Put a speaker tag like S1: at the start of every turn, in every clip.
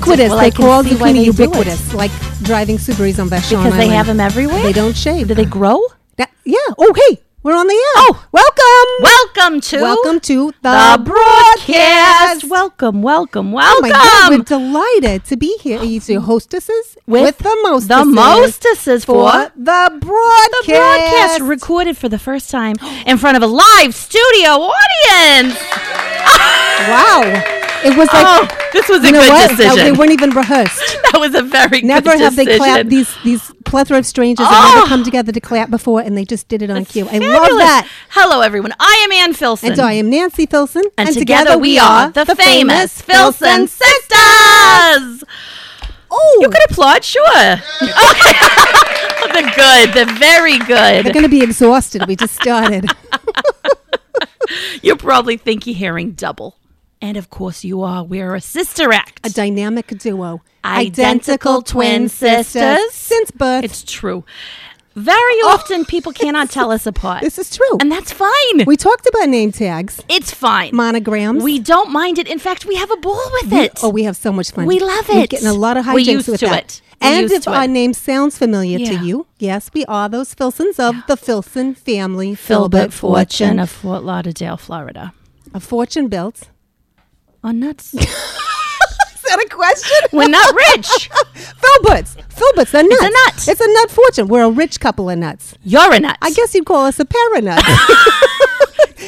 S1: ubiquitous.
S2: Well,
S1: they
S2: I can
S1: call
S2: see
S1: zucchini
S2: why they do it.
S1: ubiquitous, like driving Subarus on Vashon
S2: because they
S1: Island.
S2: have them everywhere.
S1: They don't shave.
S2: Do they grow?
S1: That- yeah. Oh, hey, we're on the air. Oh, welcome.
S2: Welcome to
S1: welcome to the,
S2: the broadcast.
S1: broadcast.
S2: Welcome, welcome, welcome.
S1: Oh my God, we're delighted to be here. You see, hostesses with, the mostesses.
S2: the mostesses
S1: for
S2: for
S1: the broadcast.
S2: the broadcast recorded for the first time in front of a live studio audience.
S1: Wow. It was like
S2: oh, this was a
S1: you know
S2: good
S1: what?
S2: decision.
S1: They weren't even rehearsed.
S2: that was a very
S1: Never
S2: good
S1: have
S2: decision.
S1: they clapped these these plethora of strangers
S2: Oh.
S1: have never come together to clap before, and they just did it on cue. I love
S2: Fabulous.
S1: that.
S2: Hello, everyone. I am Ann Filson.
S1: And so I am Nancy Filson,
S2: And together, we are the, famous Filson Sisters.
S1: Oh,
S2: You could applaud, sure. Okay. the good, the very
S1: they're
S2: good.
S1: going to be exhausted. We just started.
S2: You're probably thinking hearing double. And of course you are. We're a sister act.
S1: A dynamic duo,
S2: Identical twin sisters.
S1: since birth.
S2: it's true. Very
S1: Oh.
S2: often people cannot tell us apart.
S1: this is true.
S2: And that's fine.
S1: we talked about name tags,
S2: it's fine.
S1: monograms.
S2: we don't mind it. In fact, we have a ball with it.
S1: Oh, we have so much fun.
S2: We love
S1: We're
S2: it.
S1: getting a lot of hijinks
S2: We're used
S1: with
S2: to
S1: that.
S2: it. We're
S1: And
S2: used
S1: if
S2: to
S1: our
S2: it.
S1: name sounds familiar
S2: Yeah.
S1: to you, yes, we are those Filsons of the Filson family.
S2: Filbert Fortune of Fort Lauderdale, Florida.
S1: a fortune built.
S2: On nuts.
S1: Is that a question?
S2: We're not rich.
S1: Filberts. Filberts. They're nuts.
S2: a nut.
S1: It's a nut fortune. We're a rich couple of nuts.
S2: You're a nut.
S1: I guess you'd call us a pair of nuts.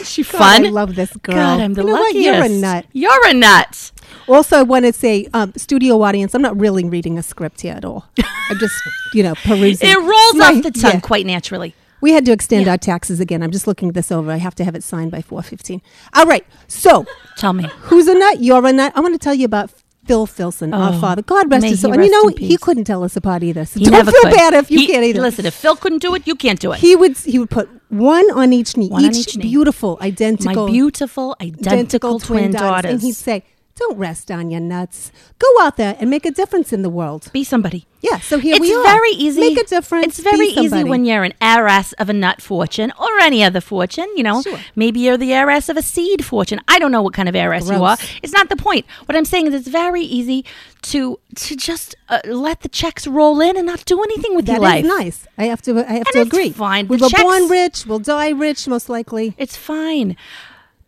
S2: she
S1: God,
S2: fun.
S1: I love this girl.
S2: God, I'm the
S1: you know what?
S2: luckiest.
S1: You're a nut.
S2: You're a nut.
S1: Also, I want to say, um, studio audience, I'm not really reading a script here at all. I'm just, you know, perusing.
S2: It rolls
S1: My-
S2: off the tongue
S1: yeah.
S2: quite naturally.
S1: We had to extend our taxes again. I'm just looking this over. I have to have it signed by 4:15. All right. So,
S2: Tell me.
S1: who's a nut? You're a nut. I want to tell you about Phil Filson, our
S2: Oh,
S1: father. God rest
S2: may
S1: his
S2: he
S1: soul. And you
S2: rest
S1: know,
S2: in
S1: he
S2: peace.
S1: couldn't tell us apart either. So
S2: He
S1: don't
S2: never
S1: feel
S2: could.
S1: bad if you
S2: He-
S1: can't either.
S2: Listen, if Phil couldn't do it, you can't do it.
S1: He would he would put one on each knee,
S2: One on
S1: each,
S2: each knee.
S1: beautiful,
S2: My
S1: identical,
S2: beautiful, identical, twin, daughters.
S1: and he'd say, "Don't rest on your nuts. Go out there and make a difference in the world."
S2: Be somebody.
S1: Yeah, so here
S2: it's
S1: we are.
S2: very easy.
S1: Make a difference.
S2: It's very
S1: be
S2: easy
S1: somebody.
S2: when you're an heiress of a nut fortune or any other fortune. You know,
S1: Sure.
S2: maybe you're the heiress of a seed fortune. I don't know what kind of heiress you are.
S1: Gross.
S2: It's not the point. What I'm saying is, it's very easy to to just uh, let the checks roll in and not do anything with
S1: That
S2: your
S1: is
S2: life.
S1: nice. I have to. I have
S2: And
S1: to
S2: it's
S1: agree.
S2: fine.
S1: We
S2: The
S1: were born
S2: checks-
S1: rich. We'll die rich, most likely.
S2: It's fine,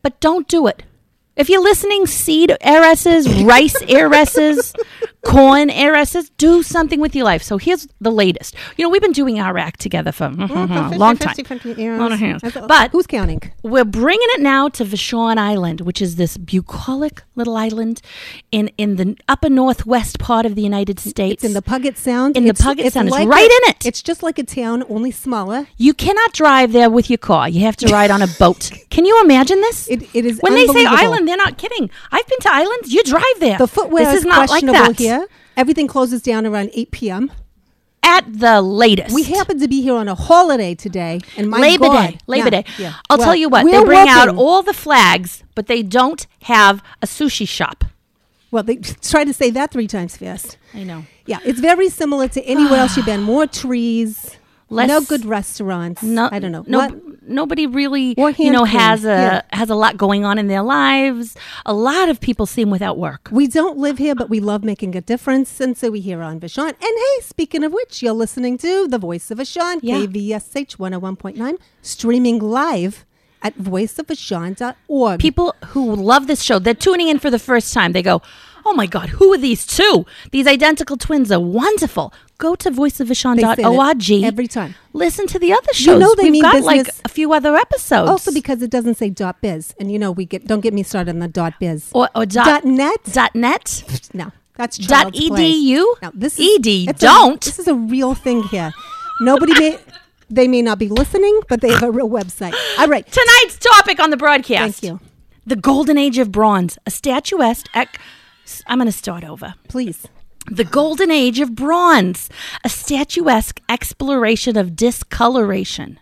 S2: but don't do it. If you're listening, seed heiresses, rice heiresses, corn heiresses, do something with your life. So here's the latest. You know, we've been doing our act together for
S1: Mm-hmm.
S2: a long time. Long time. But
S1: who's counting?
S2: we're bringing it now to Vashon Island, which is this bucolic little island in, in the upper northwest part of the United States.
S1: It's in the Puget Sound.
S2: In the
S1: It's-
S2: Puget
S1: it's
S2: Sound. It's
S1: like
S2: right
S1: a-
S2: in it.
S1: It's just like a town, only smaller.
S2: you cannot drive there with your car. You have to ride on a boat. Can you imagine this?
S1: It- it is
S2: when they say
S1: unbelievable.
S2: island, they're not kidding. I've been to islands. You drive there.
S1: The footwear
S2: this
S1: is,
S2: is, not like
S1: questionable
S2: that
S1: here. Everything closes down around 8 p.m.
S2: At the latest,
S1: We happen to be here on a holiday today, and my
S2: Labor
S1: God,
S2: Day. Labor
S1: Yeah,
S2: Day.
S1: yeah.
S2: I'll
S1: Well,
S2: tell you what. They
S1: we're
S2: bring out
S1: working.
S2: all the flags, but they don't have a sushi shop.
S1: Well, they try to say that three times fast.
S2: I know.
S1: Yeah, it's very similar to anywhere else you've been. More trees,
S2: Less-
S1: no good restaurants. I don't know.
S2: No,
S1: What-
S2: nobody really,
S1: Or
S2: you know,
S1: hand
S2: has a
S1: cream, yeah.
S2: has a lot going on in their lives. A lot of people seem without work.
S1: We don't live here, but we love making a difference, and so we here on Vashon. And hey, speaking of which, you're listening to the Voice of Vashon,
S2: Yeah.
S1: KVSH 101.9, streaming live at voiceofvashon.org.
S2: People who love this show, they're tuning in for the first time. They go, "Oh my God, who are these two? These identical twins are wonderful." Go to
S1: that
S2: voiceofvision.org
S1: every time.
S2: Listen to the other shows.
S1: know they
S2: We've
S1: mean
S2: got like
S1: business-
S2: a few other episodes.
S1: also because it doesn't say dot biz, and you know we get don't get me started on the dot biz
S2: or, or dot,
S1: dot net.
S2: dot net.
S1: No, that's
S2: Dot
S1: child's
S2: E
S1: play.
S2: edu?
S1: No, this is,
S2: ED,
S1: it's a-
S2: don't.
S1: this is a real thing here. Nobody may they may not be listening, but they have a real website. All right,
S2: Tonight's topic on the broadcast.
S1: Thank you.
S2: The Golden Age of Bronze, a statuesque. Ec- I'm going to start over.
S1: please.
S2: The Golden Age of Bronze, a statuesque exploration of discoloration.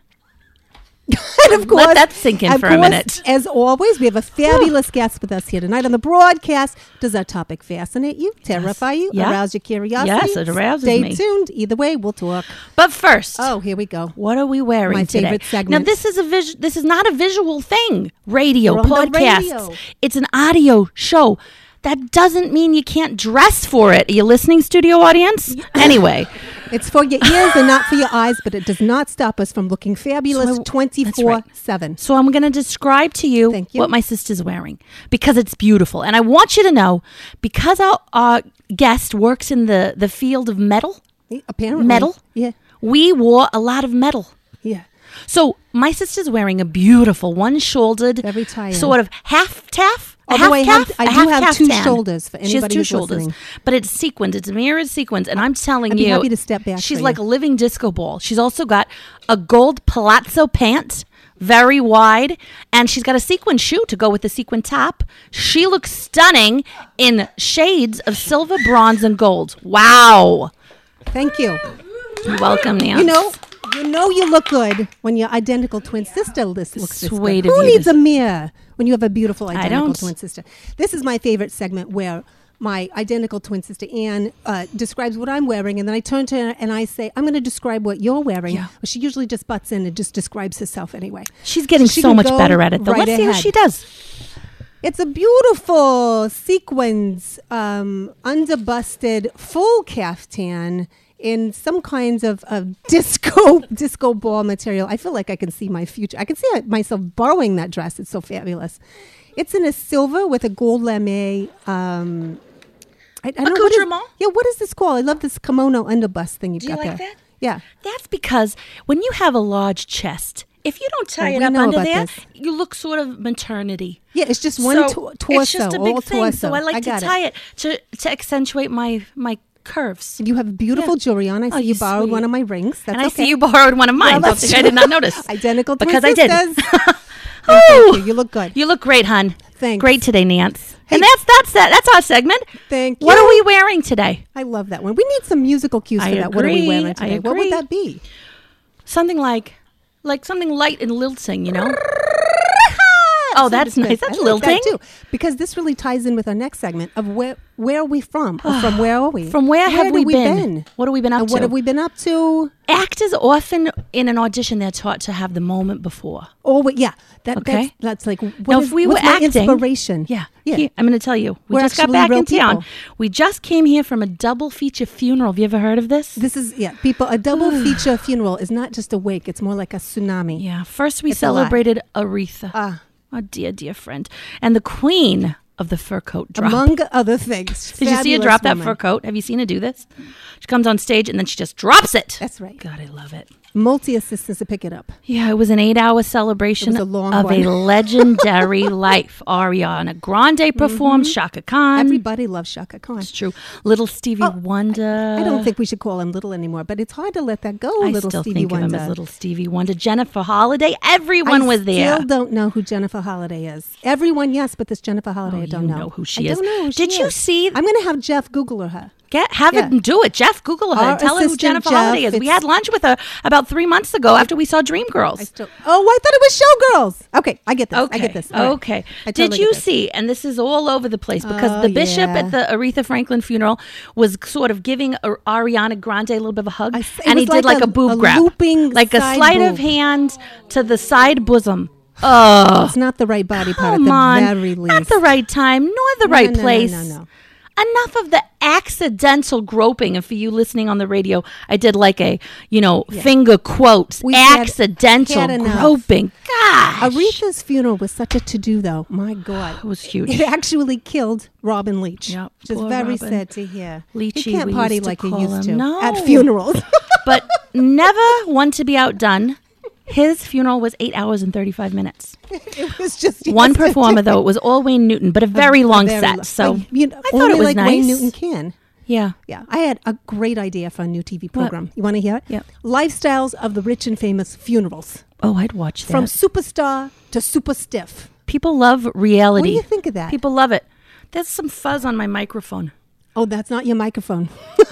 S1: And of course,
S2: Let that sink in
S1: of
S2: for a
S1: course,
S2: minute.
S1: As always, we have a fabulous guest with us here tonight on the broadcast. Does our topic fascinate you, terrify you,
S2: Yeah.
S1: arouse your curiosity?
S2: Yes, it arouses
S1: Stay
S2: me.
S1: tuned. Either way, we'll talk.
S2: But first,
S1: Oh, here we go.
S2: what are we wearing
S1: My
S2: today?
S1: favorite segment.
S2: Now this is a vis- this is not a visual thing. Radio,
S1: We're on the
S2: podcasts.
S1: radio.
S2: It's an audio show. that doesn't mean you can't dress for it. Are you listening, studio audience? Anyway,
S1: It's for your ears and not for your eyes, but it does not stop us from looking fabulous
S2: So I-
S1: twenty
S2: that's right.
S1: four seven.
S2: so I'm going to describe to you,
S1: Thank you.
S2: what my sister's wearing because it's beautiful. And I want you to know because our, our guest works in the, the field of metal,
S1: Apparently,
S2: metal,
S1: Yeah,
S2: we wore a lot of metal.
S1: yeah.
S2: So my sister's wearing a beautiful one-shouldered,
S1: Very tie-in.
S2: sort of half taff. a
S1: Although
S2: half
S1: I have-
S2: calf-
S1: I
S2: a
S1: do
S2: half
S1: have
S2: calf
S1: two
S2: tan.
S1: shoulders for
S2: she has
S1: anybody
S2: two
S1: who's
S2: shoulders,
S1: listening.
S2: but it's sequined. It's mirrored sequins, and I'm telling
S1: I'd be
S2: you,
S1: happy to step back
S2: She's
S1: for
S2: like
S1: you.
S2: a living disco ball. She's also got a gold palazzo pant, very wide, and she's got a sequin shoe to go with the sequin top. She looks stunning in shades of silver, bronze, and gold. Wow!
S1: Thank you.
S2: You're welcome, Nan.
S1: You know, you know, you look good when your identical twin sister list looks this
S2: Sweet
S1: good.
S2: of
S1: Who
S2: you
S1: needs
S2: to-
S1: a mirror when you have a beautiful identical
S2: don't.
S1: twin sister? This is my favorite segment where my identical twin sister Anne uh, describes what I'm wearing, and then I turn to her and I say, "I'm going to describe what you're wearing."
S2: Yeah.
S1: But she usually just butts in and just describes herself anyway.
S2: she's getting
S1: She
S2: so
S1: can
S2: much
S1: go
S2: better at it. Though,
S1: right
S2: let's see how
S1: ahead.
S2: she does.
S1: It's a beautiful sequins, um, underbusted, full caftan in some kinds of, of disco disco ball material. I feel like I can see my future. I can see myself borrowing that dress. It's so fabulous. It's in a silver with a gold lame. Um, I, I don't know what is-
S2: Accoutrement?
S1: yeah, what is this called? I love this kimono underbust thing you've
S2: Do you
S1: got
S2: like
S1: there.
S2: that?
S1: Yeah.
S2: That's because when you have a large chest, if you don't tie
S1: Oh,
S2: it
S1: we
S2: up
S1: know
S2: under
S1: about
S2: there,
S1: this.
S2: you look sort of maternity.
S1: Yeah, it's just one
S2: So,
S1: to- torso,
S2: It's just a big
S1: all
S2: thing.
S1: torso.
S2: So I like to
S1: got it.
S2: tie it, to, to accentuate my my curves.
S1: You have beautiful
S2: Yeah.
S1: jewelry on. I see
S2: Oh,
S1: you
S2: you're
S1: borrowed one
S2: sweet.
S1: of my rings. Mm, That's
S2: and I
S1: okay.
S2: see you borrowed one of mine.
S1: Well,
S2: Don't
S1: that's
S2: think I did not notice.
S1: Identical twin
S2: because I did.
S1: sisters.
S2: Ooh,
S1: Thank you. You look good.
S2: You look great, hun.
S1: Thanks.
S2: Great today, Nance.
S1: Hey.
S2: And that's that's that. That's our segment.
S1: Thank
S2: What
S1: you.
S2: are we wearing today?
S1: I love that one. We need some musical cues for
S2: I
S1: that. What are we
S2: agree.
S1: wearing
S2: I
S1: today? What would
S2: agree.
S1: that be?
S2: Something like like something light and lilting, you know? oh, that's nice. That's
S1: I like
S2: lilting.
S1: that too, because this really ties in with our next segment of where where are we from or from where are we?
S2: From where have
S1: do
S2: we
S1: we
S2: been? What have we been up
S1: and What
S2: to?
S1: have we been up to?
S2: actors often in an audition they're taught to have the moment before.
S1: Oh, wait, yeah. That, that's,
S2: Okay.
S1: that's like what
S2: now,
S1: is-
S2: if we
S1: what's
S2: were
S1: my
S2: acting,
S1: inspiration.
S2: Yeah,
S1: yeah.
S2: Here- I'm going to tell you. We
S1: We're
S2: just got
S1: actually
S2: back
S1: real
S2: in town.
S1: people.
S2: We just came here from a double feature funeral. Have you ever heard of this?
S1: This is yeah, people. A double feature funeral is not just a wake; it's more like a tsunami.
S2: Yeah. First, we
S1: It's a lot.
S2: celebrated Aretha,
S1: Ah.
S2: our dear, dear friend, and the queen of the fur coat drop.
S1: Among other things.
S2: Did you see her
S1: Fabulous
S2: drop that
S1: woman.
S2: fur coat? Have you seen her do this? She comes on stage and then she just drops it.
S1: That's right.
S2: God, I love it.
S1: Multi assistants to pick it up.
S2: Yeah, it was an eight-hour celebration
S1: It was a long
S2: of a
S1: one.
S2: legendary life. Ariana Grande
S1: Mm-hmm.
S2: performed, Shaka Khan.
S1: Everybody loves Shaka Khan.
S2: It's true. Little Stevie Wonder.
S1: Oh, I don't think we should call him little anymore, but it's hard to let that go.
S2: Uh, I
S1: little
S2: still
S1: Stevie
S2: think
S1: Wonder.
S2: of him as Little Stevie Wonder. Jennifer Holiday. Everyone
S1: I
S2: was there.
S1: Still don't know who Jennifer Holiday is. Everyone, yes, but this Jennifer Holiday, I don't
S2: Oh, you
S1: know.
S2: know who
S1: I
S2: she is.
S1: don't know. Who
S2: Did
S1: she
S2: you
S1: is.
S2: see-
S1: I'm going to have Jeff Google her.
S2: Get have
S1: Yeah.
S2: it and do it, Jeff. Google her.
S1: Our
S2: and tell her who
S1: assistant
S2: Jennifer
S1: Jeff,
S2: Holiday is. We
S1: it's-
S2: had lunch with her about three months ago after we saw Dreamgirls.
S1: I still. Oh, I thought it was Showgirls. Okay, I get this.
S2: Okay.
S1: I get this. All right.
S2: Okay.
S1: I
S2: Did
S1: totally get
S2: you
S1: this.
S2: see? And this is all over the place because
S1: Oh,
S2: the bishop
S1: yeah.
S2: at the Aretha Franklin funeral was sort of giving a- Ariana Grande a little bit of a hug,
S1: I s- it
S2: and he
S1: was
S2: did
S1: like
S2: like
S1: a-
S2: a, boob
S1: a
S2: grab,
S1: looping
S2: like a
S1: side
S2: sleight of
S1: boob.
S2: hand to the side bosom. Oh,
S1: It's not the right body part
S2: come
S1: at the
S2: on!
S1: very least.
S2: Not the right time, nor the
S1: No,
S2: right
S1: no, no,
S2: place.
S1: no, no.
S2: Enough of the accidental groping. And for you listening on the radio, I did like a, you know, finger quotes,
S1: We've had-
S2: accidental
S1: had enough.
S2: groping. Gosh.
S1: Aretha's funeral was such a to do, though. My God.
S2: It was huge.
S1: It actually killed Robin Leach,
S2: Yep,
S1: which is
S2: poor
S1: very
S2: Robin.
S1: sad to hear.
S2: Leachy,
S1: you can't
S2: we
S1: party
S2: used to
S1: like you
S2: call
S1: used
S2: him.
S1: to
S2: No.
S1: at funerals.
S2: but never one to be outdone. His funeral was eight hours and 35 minutes.
S1: it was just
S2: One
S1: yesterday.
S2: performer, though, it was all Wayne Newton, but a very long
S1: Very
S2: set.
S1: lo-
S2: so
S1: But, you know,
S2: I thought
S1: only
S2: it was
S1: like
S2: nice.
S1: Wayne Newton can.
S2: Yeah.
S1: Yeah, I had a great idea for a new TV program. You want to hear it?
S2: Yep.
S1: Lifestyles of the rich and famous funerals,
S2: Oh, I'd watch that.
S1: from superstar to super stiff.
S2: People love reality.
S1: What do you think of that?
S2: People love it. There's some fuzz on my microphone.
S1: Oh, that's not your microphone. that's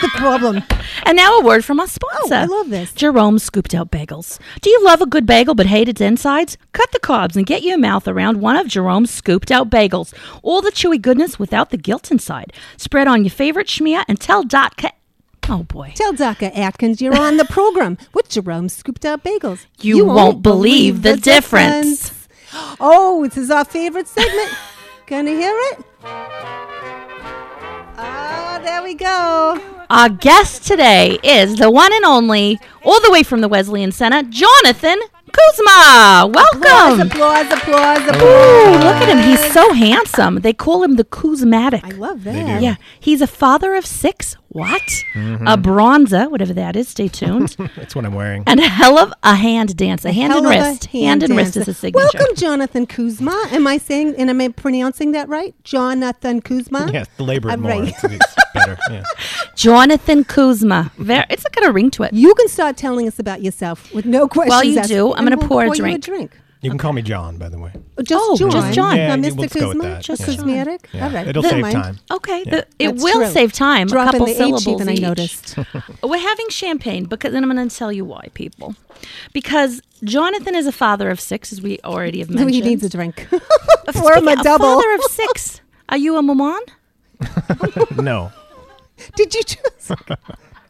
S1: the problem.
S2: And now a word from our sponsor.
S1: Oh, I love this.
S2: Jerome scooped out bagels. Do you love a good bagel but hate its insides? Cut the cobs and get your mouth around one of Jerome's scooped out bagels. All the chewy goodness without the guilt inside. Spread on your favorite schmear and tell Dot. Ca- oh boy.
S1: Tell Dr. Atkins you're on the program with Jerome Scooped Out Bagels.
S2: You won't believe the difference.
S1: difference. Oh, this is our favorite segment. Gonna hear it? Ah, there we go.
S2: Our guest today is the one and only, all the way from the Wesleyan Center, Jonathan Kuzma.
S1: Applause,
S2: Welcome.
S1: applause, applause, applause.
S2: Ooh, look at him. He's so handsome. They call him the Kuzmatic.
S1: I love
S3: do.
S1: that.
S2: Yeah, he's a father of six. What?
S1: Mm-hmm.
S2: A bronzer, whatever that is. Stay tuned.
S3: That's what I'm wearing.
S2: and a hell of a hand dance, a hand
S1: Hell
S2: and
S1: of a
S2: wrist. Hand, and wrist is
S1: dancer.
S2: his signature.
S1: Welcome, Jonathan Kuzma. Am I saying and am I pronouncing that right? Jonathan Kuzma.
S3: Yeah, labor it
S1: Uh-huh. I'm
S3: more.
S1: right.
S3: It's, it's better. Yeah.
S2: Jonathan Kuzma. Very, it's got a ring to it.
S1: You can start telling us about yourself with no questions.
S2: you
S1: asked.
S2: do, I'm
S1: And
S2: gonna
S1: we'll
S2: pour a
S1: pour you
S2: drink.
S3: You can call me John, by the way.
S1: Just
S2: Oh,
S1: John.
S2: just John.
S3: Yeah,
S1: Not
S3: you-
S1: Mr.
S3: let's go with
S1: Kuzma.
S3: that.
S1: Just
S3: Yeah.
S1: Kuzmatic.
S3: Yeah.
S1: All right.
S3: It'll
S1: never
S3: save
S1: mind.
S3: time.
S2: Okay,
S3: Yeah.
S2: the, it
S1: That's
S2: will
S1: true.
S2: save time.
S1: Drop
S2: a couple
S1: in the
S2: syllables
S1: H even, I
S2: each.
S1: noticed.
S2: We're having champagne because then I'm going to tell you why, people. Because Jonathan is a father of six, as we already have mentioned.
S1: He needs a drink.
S2: A-
S1: Pour him a
S2: speaking-
S1: double.
S2: father of six. Are you a maman?
S3: No.
S1: Did you just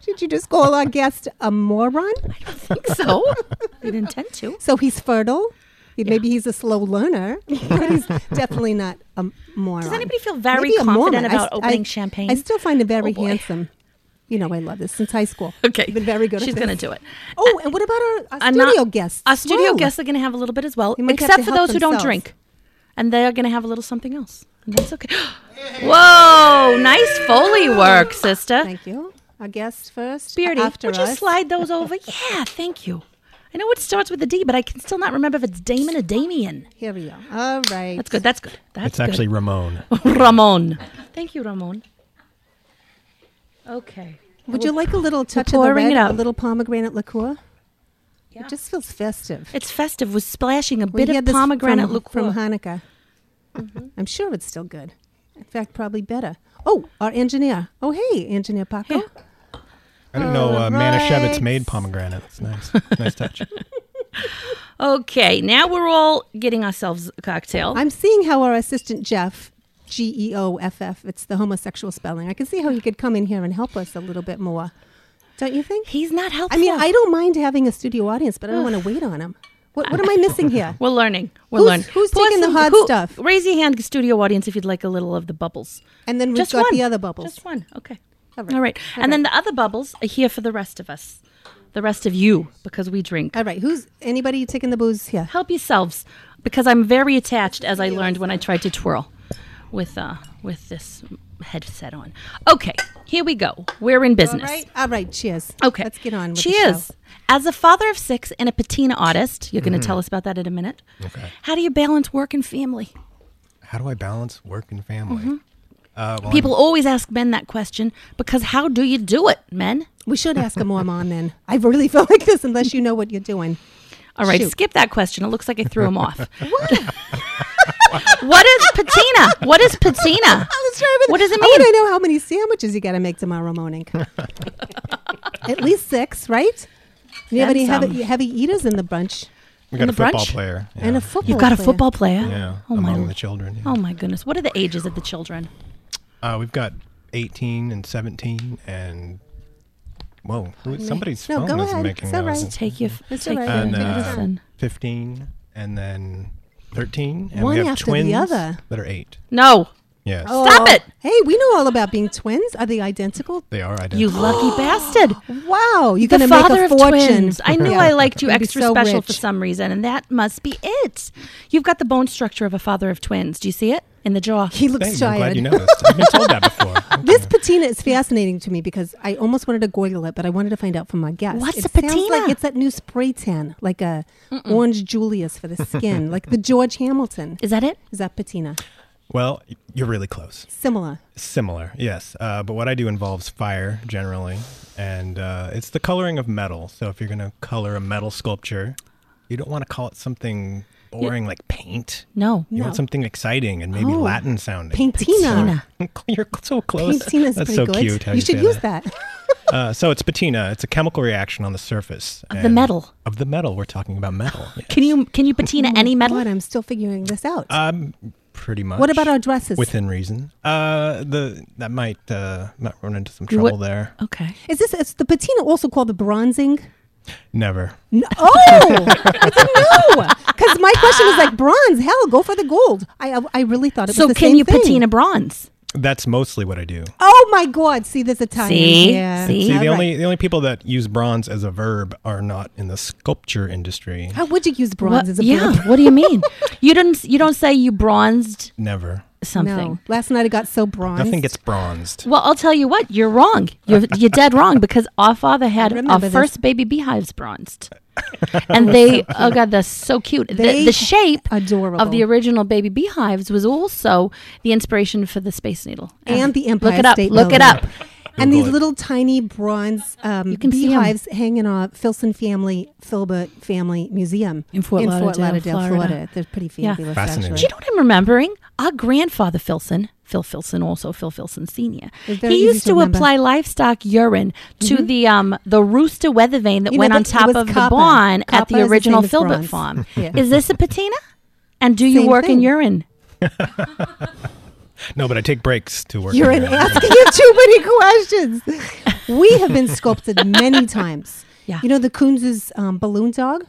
S1: did you just call our guest a moron?
S2: I think so. I didn't intend to.
S1: So he's fertile. He- Maybe he's a slow learner, but he's definitely not a moron.
S2: Does anybody feel very
S1: Maybe a
S2: confident
S1: Mormon. I
S2: about
S1: st-
S2: opening
S1: I-
S2: champagne?
S1: I still find him very
S2: Oh, boy.
S1: handsome. You know, I love this since high school.
S2: Okay.
S1: I've been very good.
S2: She's
S1: going
S2: gonna do it.
S1: Oh, and what about our, our
S2: I'm
S1: studio
S2: not-
S1: guests?
S2: Our studio
S1: Whoa.
S2: guests are going to have a little bit as well,
S1: They might have
S2: except
S1: to
S2: for
S1: help
S2: those who don't
S1: themselves.
S2: drink. And they are going to have a little something else. And that's okay. Whoa, nice Foley work, sister.
S1: Thank you. Our guests first.
S2: uh, Beardy,
S1: After
S2: would you
S1: us.
S2: slide those over? yeah, thank you. I know it starts with a D, but I can still not remember if it's Damon or Damien.
S1: Here we go. All right.
S2: That's good. That's good. That's
S3: It's actually Ramon.
S2: good. Ramon. Thank you, Ramon. Okay.
S1: Would you like a little touch of the
S2: pouring
S1: red,
S2: it
S1: a
S2: up.
S1: little pomegranate liqueur?
S2: Yeah.
S1: It just feels festive.
S2: It's festive with splashing a
S1: We
S2: bit
S1: had
S2: of
S1: this
S2: pomegranate
S1: from,
S2: liqueur. Mm-hmm.
S1: from Hanukkah. I'm sure it's still good. In fact, probably better. Oh, our engineer. Oh, hey, engineer Paco.
S2: Yeah.
S3: I didn't know uh,
S1: All
S3: Manischewitz
S1: right.
S3: made pomegranate. It's nice. nice touch.
S2: Okay, now we're all getting ourselves a cocktail.
S1: I'm seeing how our assistant Jeff, G E O F F, it's the homosexual spelling. I can see how he could come in here and help us a little bit more. Don't you think?
S2: He's not helpful.
S1: I mean, I don't mind having a studio audience, but I don't want to wait on him. What, what am I missing here?
S2: We're learning. We're
S1: Who's-
S2: learning.
S1: who's
S2: Pour
S1: taking the
S2: some-
S1: hot stuff?
S2: Raise your hand, studio audience, if you'd like a little of the bubbles.
S1: And then we've
S2: Just
S1: got
S2: one.
S1: the other bubbles.
S2: Just one. Okay.
S1: All
S2: All
S1: right.
S2: right.
S1: All
S2: And then the other bubbles are here for the rest of us, the rest of you, because we drink.
S1: All right, who's anybody taking the booze here?
S2: Help yourselves, because I'm very attached, as I learned when I tried to twirl with uh with this headset on. Okay, here we go. We're in business.
S1: All right, all right. Cheers.
S2: Okay.
S1: let's get on. With the
S2: Cheers.
S1: show.
S2: As a father of six and a patina artist, you're going to tell us about that in a minute.
S3: Mm-hmm. Okay.
S2: How do you balance work and family?
S3: How do I balance work and family?
S1: Mm-hmm.
S3: Uh, well,
S2: People always ask men that question because how do you do it, men?
S1: We should ask a Mormon then. I really feel like this unless you know what you're doing.
S2: All right,
S1: Shoot.
S2: skip that question. It looks like I threw him off. what? what is patina? What is patina?
S1: Oh,
S2: What does it
S1: I want
S2: mean?
S1: to know how many sandwiches you got to make tomorrow morning. At least six, right? Anybody
S2: And
S1: have
S2: some.
S1: heavy, heavy eaters in the bunch?
S3: we got
S2: the
S3: a football
S2: brunch?
S3: player. Yeah.
S1: And a football.
S2: You've got a
S1: player.
S2: football player.
S3: Yeah.
S2: Oh
S3: among
S2: my.
S3: the children. yeah.
S2: Oh my goodness. What are the ages of the children?
S3: Uh, we've got 18 and 17 and. Whoa. Who, somebody's
S1: No,
S3: phone
S1: go
S3: is
S1: ahead.
S3: making
S1: It's all
S3: noise.
S1: right.
S2: Take your
S1: It's
S2: take
S1: all
S2: your
S1: right.
S3: And
S1: Take your
S3: uh,
S2: medicine.
S3: 15 and then 13. And
S1: One
S3: we have
S1: after the
S3: twins
S1: other. Oh,
S3: that are eight.
S2: No.
S3: Yes.
S2: Stop it.
S1: Hey, we know all about being twins. Are they identical?
S3: They are identical.
S2: You lucky bastard.
S1: Wow, you're going to
S2: The
S1: make
S2: father
S1: a
S2: of
S1: fortune.
S2: twins. I knew
S1: Yeah.
S2: I liked you
S1: You'd be
S2: extra
S1: so
S2: special for
S1: rich.
S2: some reason, and that must be it. You've got the bone structure of a father of twins. Do you see it in the jaw?
S1: He looks
S3: Thank you. I'm
S1: tired.
S3: glad you noticed. I've been told that before. Okay.
S1: This patina is fascinating to me because I almost wanted to goigle it, but I wanted to find out from my guest.
S2: What's
S1: it
S2: a
S1: Sounds like
S2: patina?
S1: it's that new spray tan, like a orange Julius for the skin, like the George Hamilton.
S2: Is that it?
S1: Is that patina?
S3: Well, y- you're really close.
S1: Similar.
S3: Similar, yes. Uh, but what I do involves fire generally, and uh, it's the coloring of metal. So if you're going to color a metal sculpture, you don't want to call it something boring like paint.
S2: No.
S3: You want something exciting and maybe
S1: Oh.
S3: Latin sounding.
S1: Patina.
S3: you're so close.
S1: Patina's
S3: That's
S1: pretty
S3: so
S1: good.
S3: cute. how
S1: you should
S3: say
S1: use that.
S3: Uh, so it's patina. It's a chemical reaction on the surface
S2: Of the
S3: and-
S2: metal.
S3: Of the metal. We're talking about metal. yeah.
S2: Can you can you patina any metal?
S1: Oh
S2: Uh,
S1: God, I'm still figuring this out.
S3: Um, pretty much.
S1: what about our dresses?
S3: within reason? Uh, the that might uh might run into some trouble there.
S2: Okay.
S1: Is this is the patina also called the bronzing?
S3: Never.
S1: No. Oh, it's a no. Because my question was like bronze. Hell, go for the gold. I I, I really thought it was
S2: So
S1: the
S2: can
S1: same
S2: you
S1: thing.
S2: patina bronze?
S3: That's mostly what I do.
S1: Oh my God! See, there's a tie.
S2: See?
S1: yeah.
S2: See?
S3: See, the
S1: All right.
S3: only the only people that use bronze as a verb are not in the sculpture industry.
S1: How would you use bronze
S2: What-
S1: as a
S2: yeah.
S1: verb?
S2: what do you mean? You don't. You don't say you bronzed
S3: Never.
S2: something.
S1: No. Last night I got so bronze.
S3: Nothing gets bronzed.
S2: Well, I'll tell you what. You're wrong. You're you're dead wrong because our father had our
S1: remember this.
S2: first baby beehives bronzed, and they oh god, they're so cute. The,
S1: They-
S2: the shape
S1: adorable.
S2: of the original baby beehives was also the inspiration for the Space Needle
S1: and the Empire
S2: Look it up.
S1: State
S2: look it
S1: Building.
S2: up.
S1: And
S3: Google
S1: these
S3: it.
S1: little tiny bronze um,
S2: can see 'em.
S1: beehives hanging off Filson Family, Filbert Family Museum
S2: In Fort Lauderdale, Florida.
S1: Florida. They're pretty
S2: Yeah.
S1: fabulous,
S3: Fascinating.
S2: Do you
S1: actually.
S2: know what I'm remembering? Our grandfather Filson, Phil Filson, also Phil Filson Senior.
S1: It's very
S2: He
S1: easy to
S2: used to,
S1: remember. Mm-hmm.
S2: apply livestock urine to the um the rooster weather vane that
S1: You know,
S2: went on
S1: but it
S2: top
S1: was
S2: of the
S1: copper.
S2: barn at
S1: Copper is
S2: the
S1: the
S2: original
S1: same as
S2: Filbert
S1: bronze.
S2: farm.
S1: Yeah.
S2: Is this a patina? And do you
S1: Same
S2: work in
S1: thing.
S2: urine?
S3: No, but I take breaks to work.
S1: You're
S3: in
S1: an
S3: there.
S1: asking you too many questions. We have been sculpted many times.
S2: Yeah. Mm-hmm.
S1: You know the Kunz's um, balloon dog?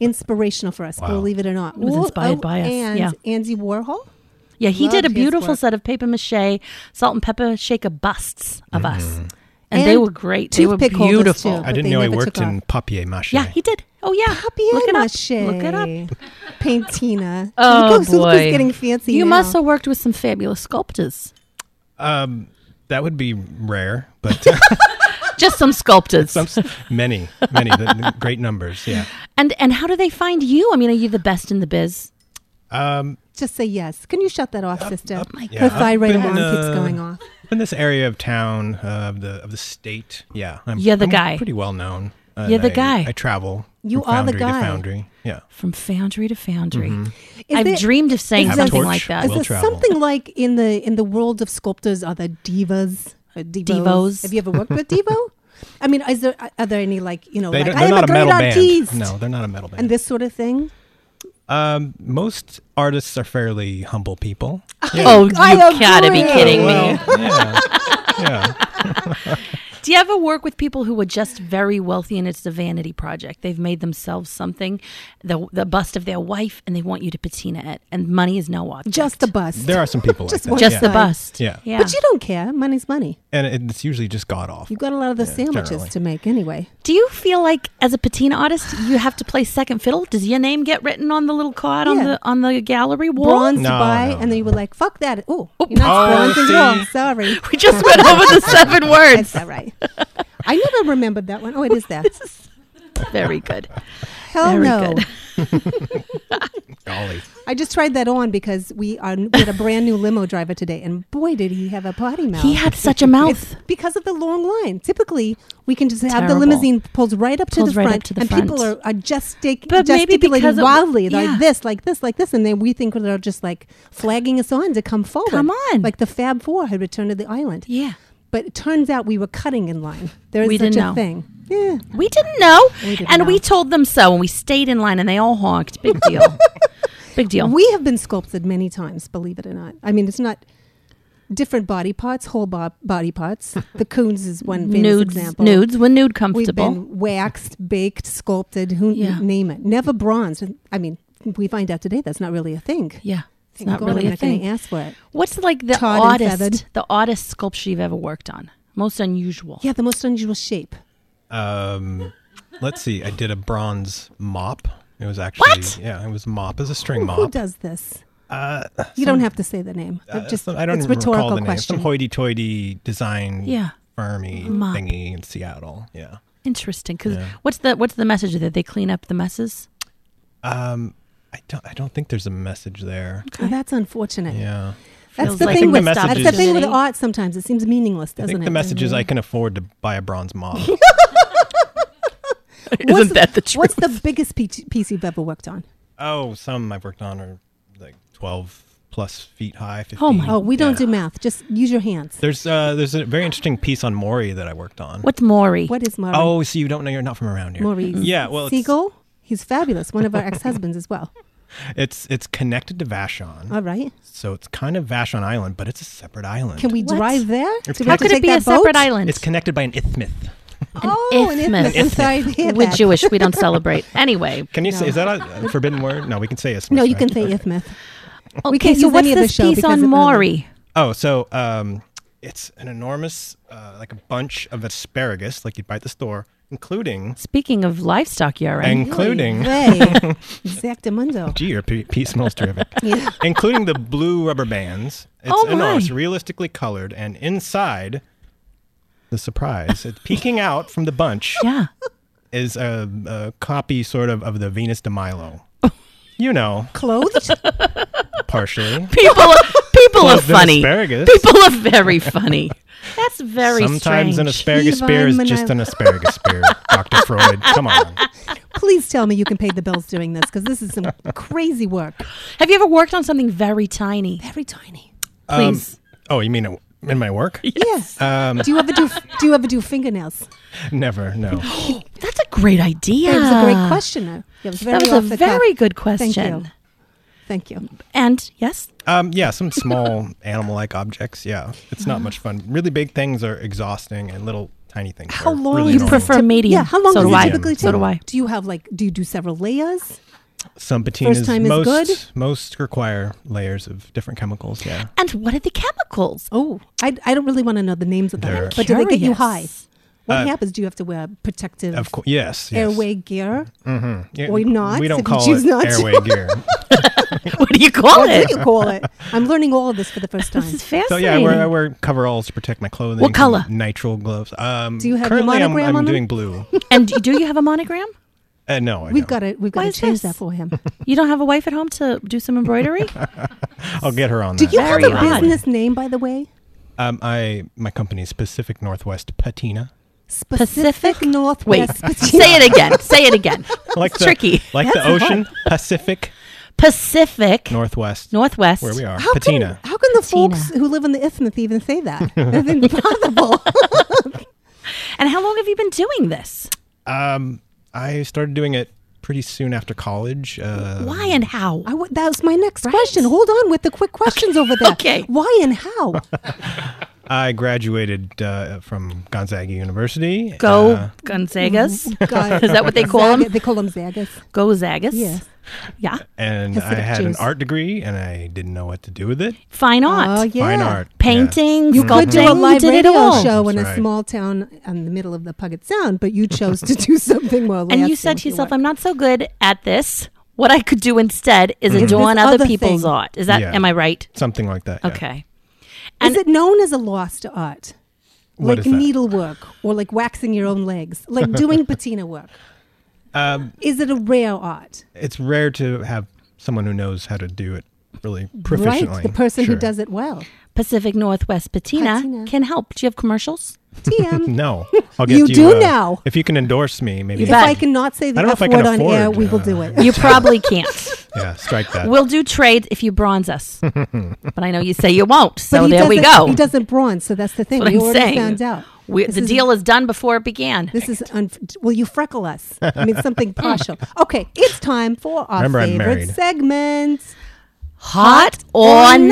S1: Inspirational for us,
S3: Wow.
S1: believe it or not. It
S2: was inspired by us,
S1: And
S2: yeah.
S1: Andy Warhol?
S2: Yeah, he did
S1: Loved
S2: a
S1: his
S2: beautiful
S1: work.
S2: set of paper mache, salt and pepper shaker busts of us, and, they
S1: And
S2: were great. They were
S1: toothpick holders,
S2: beautiful.
S1: too.
S3: I
S1: but
S3: didn't
S1: they
S3: know I
S1: never
S3: worked
S1: took
S3: in papier mâché.
S2: Yeah, he did. Oh yeah, look it
S1: Papier-mâché.
S2: up. Look it up.
S1: Paintina.
S2: Oh
S1: Look, who's- look who's
S2: boy,
S1: getting fancy
S2: You
S1: now.
S2: must have worked with some fabulous sculptors.
S3: um, that would be rare, but
S2: Just some sculptors.
S3: some many, many, the, great numbers. Yeah.
S2: And and how do they find you? I mean, are you the best in the biz?
S3: Um,
S1: Just say yes. Can you shut that off, sister?
S2: Oh
S3: yeah,
S1: Her
S3: I've
S1: thyroid
S3: been,
S1: alarm keeps
S3: uh,
S1: going off.
S3: in this area of town, uh, of the of the state. Yeah. I'm,
S2: You're the
S3: I'm
S2: guy.
S3: Pretty well known. Uh,
S2: You're the
S3: I-
S2: guy.
S3: I travel.
S1: You
S3: from
S1: are the
S3: foundry
S1: guy.
S3: To foundry. Yeah.
S2: From foundry to foundry.
S1: Is
S2: I've
S1: there-
S2: dreamed of saying
S1: is
S3: Have a
S2: something
S3: torch.
S2: like that.
S1: Is
S3: Will
S1: there
S3: travel.
S1: something like in the in the world of sculptors are the divas? Or divos?
S2: Divos.
S1: Have you ever worked with divo? I mean, is there are there any like you know
S3: They
S1: like
S3: don't,
S1: I
S3: they're
S1: am
S3: not
S1: a
S3: a
S1: great
S3: metal
S1: artist
S3: band. No, they're not a metal band.
S1: and this sort of thing?
S3: Um, most artists are fairly humble people.
S2: Oh, you
S1: I
S2: gotta be
S1: agree.
S2: kidding me.
S3: Well, yeah, yeah.
S2: Do you ever work with people who are just very wealthy and it's the vanity project? They've made themselves something, the, the bust of their wife, and they want you to patina it. And money is no object.
S1: Just the bust.
S3: There are some people like
S1: Just
S3: that.
S1: one
S2: just
S3: yeah.
S2: the
S1: side.
S2: bust.
S3: Yeah.
S2: yeah.
S1: But you don't care. Money's money.
S3: and it- it's usually just god off.
S1: You've got a lot of the sandwiches
S3: generally.
S1: to make anyway.
S2: Do you feel like as a patina artist you have to play second fiddle? Does your name get written on the little card on
S1: Yeah.
S2: the on the gallery wall?
S1: Bronze to
S3: No,
S1: buy,
S3: no,
S1: and
S3: no.
S1: then you were like, "Fuck that! Oh, you're not
S3: Oh,
S1: bronze
S3: see.
S1: at all. Sorry."
S2: We just went over the seven
S1: That's
S2: words.
S1: all right. I never remembered that one. Oh, it is there.
S2: Very good.
S1: Hell
S2: Very
S1: no.
S2: good.
S3: Golly.
S1: I just tried that on because we are we had a brand new limo driver today, and boy, did he have a potty mouth.
S2: He had such a mouth.
S1: because of the long line. Typically, we can just have the
S2: Terrible.
S1: limousine pulled right up
S2: Pulls
S1: to the
S2: right up
S1: front,
S2: to the
S1: and
S2: front.
S1: people are, are gestic-
S2: But maybe because
S1: gesticulating
S2: it-
S1: wildly,
S2: yeah.
S1: like this, like this, like this, and then we think they're just like flagging us on to come forward.
S2: Come on.
S1: like the Fab Four had returned to the island,
S2: yeah.
S1: but it turns out we were cutting in line. There is
S2: We
S1: such
S2: didn't
S1: a
S2: know.
S1: thing. Yeah,
S2: We didn't know.
S1: didn't
S2: and we
S1: know.
S2: told them so and we stayed in line and they all honked. Big deal. Big deal.
S1: we have been sculpted many times, believe it or not. I mean, it's not. Different body parts, whole bo- body parts. The coons is one famous
S2: nudes
S1: example.
S2: nudes when nude
S1: We've
S2: comfortable.
S1: been waxed, baked, sculpted, who
S2: Yeah.
S1: name it. Never bronzed. I mean, we find out today that's not really a thing.
S2: yeah. It's
S1: Thank
S2: not
S1: God
S2: really
S1: I'm
S2: a
S1: not
S2: thing.
S1: Gonna ask for it.
S2: What's like the
S1: Tarred and feathered.
S2: oddest the oddest sculpture you've ever worked on? Most unusual.
S1: Yeah, the most unusual shape.
S3: Um, let's see. I did a bronze mop. It was actually
S2: What?
S3: yeah. It was mop as a string
S1: Who
S3: mop.
S1: does this?
S3: Uh,
S1: You don't have to say the name.
S3: uh,
S1: just
S3: some- I don't
S1: it's
S3: even recall
S1: rhetorical
S3: the name.
S1: question.
S3: Some hoity-toity design.
S2: Yeah.
S3: Firmy
S2: Mop.
S3: thingy in Seattle. Yeah.
S2: Interesting. Because
S3: Yeah.
S2: what's the what's the message that they clean up the messes?
S3: Um, I don't. I don't think there's a message there.
S1: Oh, that's unfortunate.
S3: Yeah.
S1: That's
S2: Feels
S1: the
S2: like
S1: thing
S3: I
S1: with
S3: think the
S1: that's
S3: message
S1: the
S3: is-
S1: thing with art. Sometimes it seems meaningless,
S3: I
S1: doesn't
S3: think
S1: it?
S3: the message is I can afford to buy a bronze mop.
S1: What's-
S2: Isn't that the truth?
S1: What's the biggest piece piece you've ever worked on?
S3: Oh, some I've worked on are like twelve plus feet high. 15.
S2: Oh, my
S1: Oh, we don't
S3: Yeah.
S1: do math. Just use your hands.
S3: There's uh, there's a very interesting piece on Maury that I worked on.
S2: What's Maury?
S1: What is Maury?
S3: Oh, so you don't know? You're not from around here.
S1: Maurice.
S3: Yeah. Well, it's,
S1: Siegel. He's fabulous. One of our ex-husbands as well.
S3: it's it's connected to Vashon,
S1: All right.
S3: so it's kind of Vashon Island, but it's a separate island.
S1: Can we
S2: What?
S1: drive there?
S3: It's
S1: Do we
S2: How
S1: have to
S2: could it
S1: take
S2: be a
S1: that boat?
S2: separate island?
S3: It's connected by an isthmus.
S1: Oh, an
S2: isthmus.
S1: isthmus. I'm sorry to hear
S2: We're
S1: that.
S2: Jewish. We don't celebrate. Anyway.
S3: Can you
S1: No.
S3: say is that a a forbidden word? No, we can say isthmus.
S1: No, you
S3: right?
S1: can say
S3: Okay.
S1: isthmus.
S2: Okay,
S1: can't
S2: so
S1: use
S2: what's
S1: any of the
S2: this
S1: show
S2: piece
S1: because
S2: on
S1: of-
S2: Maury?
S3: Oh, so um, it's an enormous, uh, like a bunch of asparagus, like you'd buy at the store, including,
S2: Speaking of livestock urine,
S3: including.
S1: Hey, exactamundo.
S3: Gee, your Pete, Pete smells terrific. Including the blue rubber bands. It's
S2: Oh, my.
S3: enormous, realistically colored, and inside, the surprise, it's peeking out from the bunch
S2: yeah,
S3: is a, a copy, sort of, of the Venus de Milo. You know,
S1: Clothed?
S3: partially.
S2: people are, people are
S3: Clothed in
S2: funny.
S3: asparagus.
S2: People are very funny. That's very
S3: Sometimes an
S2: strange.
S3: asparagus spear is
S1: Ivan
S3: just
S1: Manil-
S3: an asparagus spear, Dr. Freud. Come on.
S1: Please tell me you can pay the bills doing this because this is some crazy work.
S2: Have you ever worked on something very tiny?
S1: Very tiny.
S3: Um,
S2: Please.
S3: oh, you mean in- in my work? Um,
S1: Yes. do you ever do? Do you ever do fingernails?
S3: Never, no.
S2: That's a great idea.
S1: That was a great question. though. That was, very
S2: That was
S1: off
S2: a
S1: the cuff.
S2: very good question.
S1: Thank you. Thank you.
S2: And yes,
S3: Um, yeah, some small animal-like objects. Yeah, it's not much fun. Really big things are exhausting, and little tiny things.
S1: How
S3: are
S1: long you
S3: really
S2: you
S1: No.
S3: annoying.
S2: prefer medium.
S1: Yeah. How long
S2: so
S1: does
S2: do
S1: it
S2: I.
S1: typically take?
S2: So do I.
S1: Do you have like? Do you do several layers?
S3: some patinas?
S1: time is
S3: most
S1: good?
S3: most require layers of different chemicals. Yeah,
S2: And what are the chemicals?
S1: Oh, I, I don't really want to know the names of
S3: They're-
S1: them. But do they get you high?
S2: Curious.
S1: What
S3: Uh,
S1: happens? Do you have to wear protective
S3: of course. Yes, yes.
S1: airway gear?
S3: Yeah,
S1: or not,
S3: We
S1: if
S3: don't
S1: you
S3: call
S1: choose
S3: it
S1: not to.
S3: airway gear.
S2: What do you call
S1: What
S2: it?
S1: do you call it? I'm learning all of this for the first time.
S2: This is
S3: So
S2: fascinating.
S3: yeah, I wear, I wear coveralls to protect my clothing.
S2: What color?
S3: and Nitrile gloves. Um,
S1: Do you have your
S3: currently I'm,
S1: monogram
S3: I'm
S1: on them?
S3: doing blue.
S2: and do you have a monogram?
S3: Uh, no, I
S1: We've
S3: don't.
S1: got to we've got
S2: Why
S1: to
S2: is
S1: change
S2: this?
S1: that for him.
S2: You don't have a wife at home to do some embroidery?
S3: I'll get her on
S1: Do
S3: that.
S1: you have
S2: Very
S1: a
S2: odd.
S1: business name, by the way?
S3: Um, I my company's Pacific Northwest Patina.
S1: Pacific
S2: Wait,
S1: Northwest.
S2: say it again. Say it again.
S3: Like
S2: It's
S3: the,
S2: tricky.
S3: like the
S1: That's
S3: ocean, Pacific
S2: Pacific
S3: Northwest,
S2: Northwest.
S3: where we are.
S1: How
S3: Patina.
S1: Can, how can the
S2: Patina.
S1: folks who live in the Isthmus even say that? That's impossible.
S2: And how long have you been doing this?
S3: Um, I started doing it pretty soon after college.
S1: Um,
S3: Uh,
S2: Why and how?
S1: I w- that was my next question. Hold on with the quick questions over there.
S2: Okay.
S1: Why and how?
S3: I graduated uh, from Gonzaga University.
S2: Go
S3: Uh,
S2: Gonzagas.
S1: God.
S2: Is that what they call
S1: Zaga-
S2: them?
S1: They call them Zagas.
S2: Go Zagas.
S1: Yes.
S2: Yeah.
S3: and I
S1: Hasidic
S3: had an
S1: Jews.
S3: art degree, and I didn't know what to do with it.
S2: Fine art.
S1: Oh, yeah.
S3: Fine art, yeah.
S1: Could
S2: Painting,
S1: do a
S2: sculpting,
S1: live
S2: did it
S1: radio
S2: all.
S1: show in
S3: That's
S1: a
S3: right.
S1: small town in the middle of the Puget Sound, but you chose to do something more.
S2: And
S1: lasting
S2: you said
S1: if
S2: to yourself,
S1: want.
S2: I'm not so good at this. What I could do instead is adorn
S1: Mm-hmm. this
S2: other
S1: other
S2: people's
S1: thing.
S2: art. Is that,
S3: Yeah.
S2: am I right?
S3: Something like that. yeah.
S2: Okay.
S1: "Is it known as a lost art,
S3: What
S1: like
S3: is that?
S1: needlework or like waxing your own legs, like doing patina work?
S3: Um,
S1: Is it a rare art?
S3: it's rare to have someone who knows how to do it really proficiently.
S1: Right, the person
S3: Sure.
S1: who does it well.
S2: Pacific Northwest Patina,
S1: Patina.
S2: can help. Do you have commercials?
S1: TM.
S3: No, I'll get
S1: You
S3: you.
S1: do
S3: uh,
S1: now.
S3: If you can endorse me, maybe.
S1: If
S2: bet.
S1: I cannot say the
S3: I don't know
S1: F
S3: if I can
S1: word on
S3: afford,
S1: air, we will
S3: uh,
S1: do it.
S2: You probably can't.
S3: Yeah, strike that.
S2: We'll do trades if you bronze us. but I know you say you won't. So there we
S1: doesn't-
S2: go.
S1: He doesn't bronze, so that's the thing.
S2: That's
S1: we
S2: what I'm
S1: already
S2: saying.
S1: found out.
S2: We,
S1: This
S2: the
S1: is-
S2: deal is done before it began.
S1: This is un- will you freckle us? I mean something partial. Okay, it's time for our
S3: Remember, I'm
S1: favorite
S3: married.
S1: segment.
S2: Hot or
S1: or
S2: not.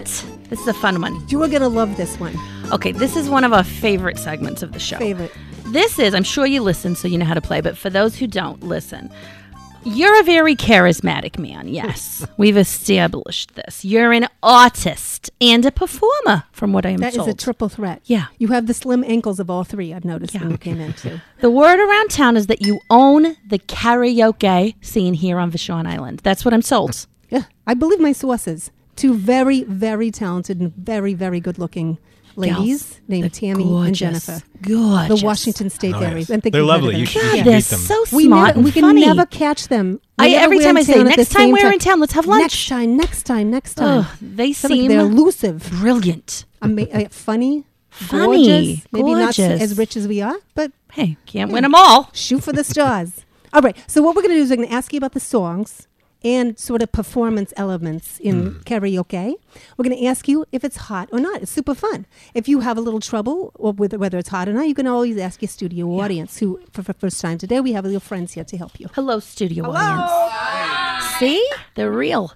S1: not.
S2: This is a fun one.
S1: You are gonna love this one.
S2: Okay, this is one of our favorite segments of the show.
S1: Favorite.
S2: This is, I'm sure you listen, so you know how to play, but for those who don't, listen. You're a very charismatic man, yes. We've established this. You're an artist and a performer, from what I am
S1: That is
S2: told.
S1: a triple threat.
S2: Yeah.
S1: you have the slim ankles of all three. I've noticed when you came in too.
S2: The word around town is that you own the karaoke scene here on Vashon Island. That's what I'm told.
S1: Yeah, I believe my sources. Two very, very talented and very, very good-looking ladies
S2: Gals.
S1: named
S2: They're
S1: Tammy and
S2: gorgeous.
S1: Jennifer.
S2: Gorgeous.
S1: The Washington State
S3: Oh, yes.
S1: Berries. I'm thinking
S3: They're
S1: you've heard of
S3: lovely.
S1: them.
S3: You should, you
S2: God,
S3: should
S2: they're
S3: meet them.
S2: so smart
S1: We never,
S2: and
S1: we can
S2: funny.
S1: never catch them.
S2: I-
S1: Whenever
S2: every
S1: we're
S2: time
S1: in
S2: I say,
S1: town at
S2: "Next
S1: the
S2: time
S1: same
S2: we're in town, let's have lunch."
S1: Next time, next time, next time.
S2: Ugh, they
S1: It's like
S2: seem
S1: they're elusive,
S2: brilliant.
S1: ama- uh, funny,
S2: Funny,
S1: gorgeous. Maybe not
S2: gorgeous.
S1: s- as rich as we are, but
S2: Hey, can't win them all.
S1: shoot for the stars. All right. So what we're going to do is we're going to ask you about the songs and sort of performance elements in
S2: Mm.
S1: karaoke. We're going to ask you if it's hot or not. It's super fun. If you have a little trouble or with whether it's hot or not, you can always ask your studio audience who, for the first time today, we have your friends here to help you.
S2: Hello, studio audience. See? They're real.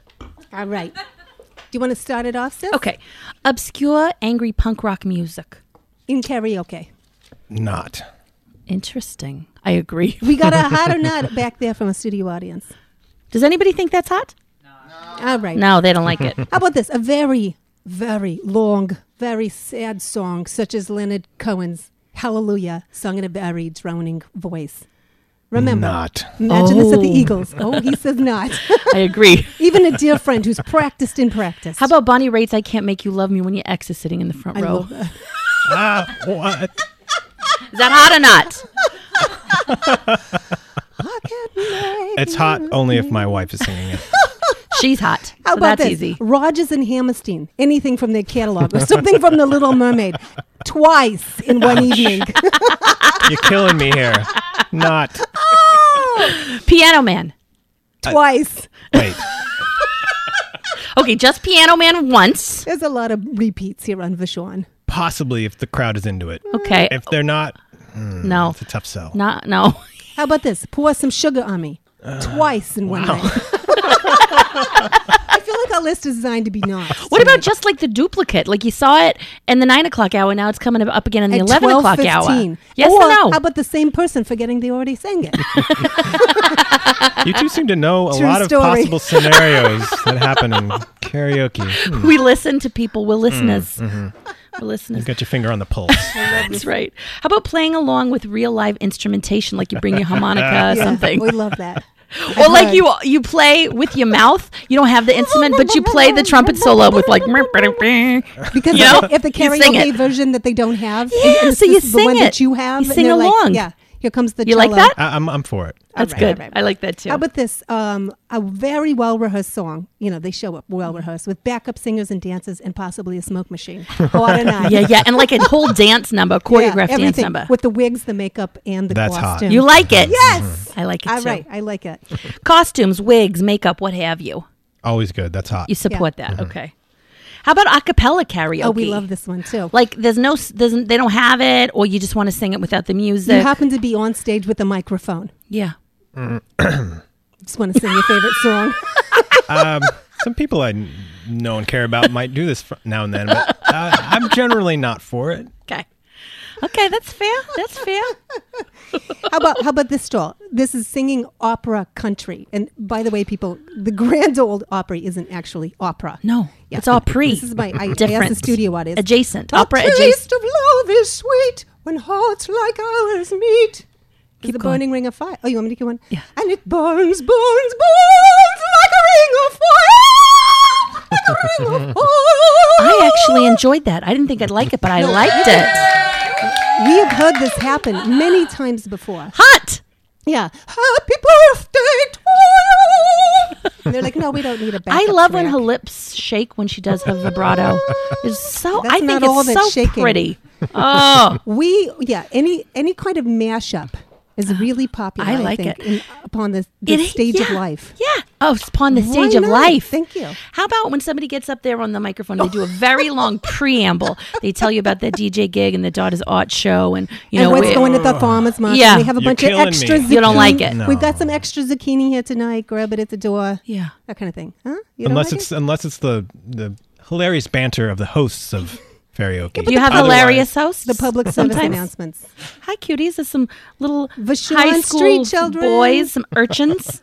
S1: All right. Do you want to start it off, sis?
S2: Okay. Obscure, angry punk rock music.
S1: In karaoke.
S3: Not.
S2: Interesting. I agree.
S1: We got a hot or not back there from a studio audience.
S2: Does anybody think that's hot?
S1: All right.
S2: No, they don't like it.
S1: How about this? A very very long, very sad songs, such as Leonard Cohen's Hallelujah, sung in a very droning voice. Remember,
S3: Not.
S1: imagine this at the
S2: Oh.
S1: Eagles. Oh, he says not.
S2: I agree.
S1: Even a dear friend who's practiced and practiced.
S2: How about Bonnie Raitt's I Can't Make You Love Me When Your Ex is sitting in the front
S1: I
S2: row?
S1: love that.
S3: ah, what?
S2: Is that hot or not?
S1: I can't make
S3: It's hot only if my wife is singing it.
S2: She's hot.
S1: How
S2: so
S1: about
S2: that's
S1: this?
S2: easy.
S1: Rogers and Hammerstein. Anything from their catalog or something from The Little Mermaid. Twice in one evening.
S3: You're killing me here. Not.
S2: Piano Man.
S1: Twice.
S3: Wait.
S2: Okay, just Piano Man once.
S1: There's a lot of repeats here on Vashon.
S3: Possibly if the crowd is into it.
S2: Okay.
S3: If they're not,
S2: no.
S3: it's a tough sell.
S2: Not no.
S1: How about this? Pour some sugar on me. Twice in one night. I feel like our list is designed to be not.
S2: What about just like the duplicate? Like you saw it in the nine o'clock hour. Now it's coming up again in the
S1: At
S2: eleven o'clock hour.
S1: 12:15.
S2: Yes
S1: or
S2: or no?
S1: How about the same person forgetting they already sang it?
S3: You two seem to know a
S1: True
S3: lot of
S1: story.
S3: possible scenarios that happen in karaoke. Hmm,
S2: we listen to people. We're listeners.
S1: Mm, mm-hmm.
S2: We're listeners.
S3: You've got your finger on the pulse.
S2: That's right. How about playing along with real live instrumentation, like you bring your harmonica or
S1: Yeah,
S2: something,
S1: We love that.
S2: or like you you play with your mouth. You don't have the instrument, but you play the trumpet solo with like.
S1: Because
S2: You know,
S1: if, if the
S2: you sing
S1: karaoke
S2: it.
S1: version that they don't have,
S2: Yeah,
S1: and it's
S2: so you
S1: just the one
S2: sing
S1: that
S2: it.
S1: you have,
S2: You
S1: and
S2: sing
S1: they're like,
S2: along.
S1: yeah, here comes the.
S2: You like
S1: cello.
S2: that?
S3: I, I'm, I'm for it.
S2: That's
S1: All right,
S2: good.
S1: all right.
S2: I like that too.
S1: How about this? Um, a very well rehearsed song. You know, they show up well rehearsed with backup singers and dancers and possibly a smoke machine. Or an eye.
S2: yeah, yeah, and like a whole dance number,
S1: Yeah,
S2: choreographed dance
S1: everything.
S2: number.
S1: With the wigs, the makeup, and the
S3: That's hot. Mm-hmm.
S1: costume.
S2: You like it?
S1: Yes!
S2: I like it
S1: All
S2: too.
S1: right, I like it.
S2: Costumes, wigs, makeup, what have you.
S3: Always good. That's hot.
S2: You support that, okay? How about a cappella karaoke?
S1: Oh, we love this one too.
S2: Like, there's no, s- there's, n- they don't have it, or you just want to sing it without the
S1: you
S2: music.
S1: happen to be on stage with a microphone.
S2: yeah.
S1: Just want to sing your favorite song.
S3: um, some people I kn- know and care about might do this fr- now and then, but uh, I'm generally not for it.
S2: Okay. Okay, that's fair. That's fair.
S1: How about how about this stall? This is singing opera country. And by the way, people, the Grand Old Opry isn't actually opera.
S2: No,
S1: Yeah.
S2: it's all pre.
S1: This is my I, I asked the
S2: Different.
S1: studio audience.
S2: Adjacent.
S1: The
S2: Opera
S1: taste
S2: adjacent.
S1: of love is sweet when hearts like ours meet. Keep the
S2: going.
S1: burning ring of fire. Oh, you want me to get one?
S2: Yeah.
S1: And it burns, burns, burns like a ring of fire. Like a ring of fire.
S2: I actually enjoyed that. I didn't think I'd like it, but I liked it.
S1: We have heard this happen many times before.
S2: Hot.
S1: Yeah. Happy birthday to you. And they're like, no, we don't need a backup.
S2: I love when her
S1: track.
S2: lips shake when she does her vibrato. It's so.
S1: That's
S2: I think
S1: not
S2: it's
S1: all that's
S2: so
S1: shaking.
S2: pretty. Oh,
S1: we yeah any any kind of mashup is really popular.
S2: Uh, I
S1: I
S2: like
S1: think,
S2: it.
S1: in, upon the, the
S2: It-
S1: stage of
S2: yeah,
S1: life.
S2: Yeah. Oh, it's upon the
S1: Why
S2: stage of
S1: not?
S2: life.
S1: Thank you.
S2: How about when somebody gets up there on the microphone, they do a very long preamble. They tell you about their DJ gig and their daughter's art show, and you
S1: and
S2: know
S1: what's
S2: it-
S1: going at the farmer's market?
S2: Yeah.
S1: we have a
S3: You're
S1: bunch of
S3: killing
S1: extra.
S3: me.
S1: Zucchini.
S2: You don't like it.
S1: We've got some extra zucchini here tonight. Grab it at the door.
S2: Yeah.
S1: that kind of thing. Huh? You don't
S3: Unless
S1: like it?
S3: it's unless it's the the hilarious banter of the hosts of karaoke.
S2: Do you have
S3: Otherwise-
S2: hilarious hosts?
S1: the public service
S2: sometimes?
S1: announcements.
S2: Hi, cuties. There's some little
S1: Vashon
S2: high
S1: Street
S2: school
S1: children.
S2: boys, some urchins.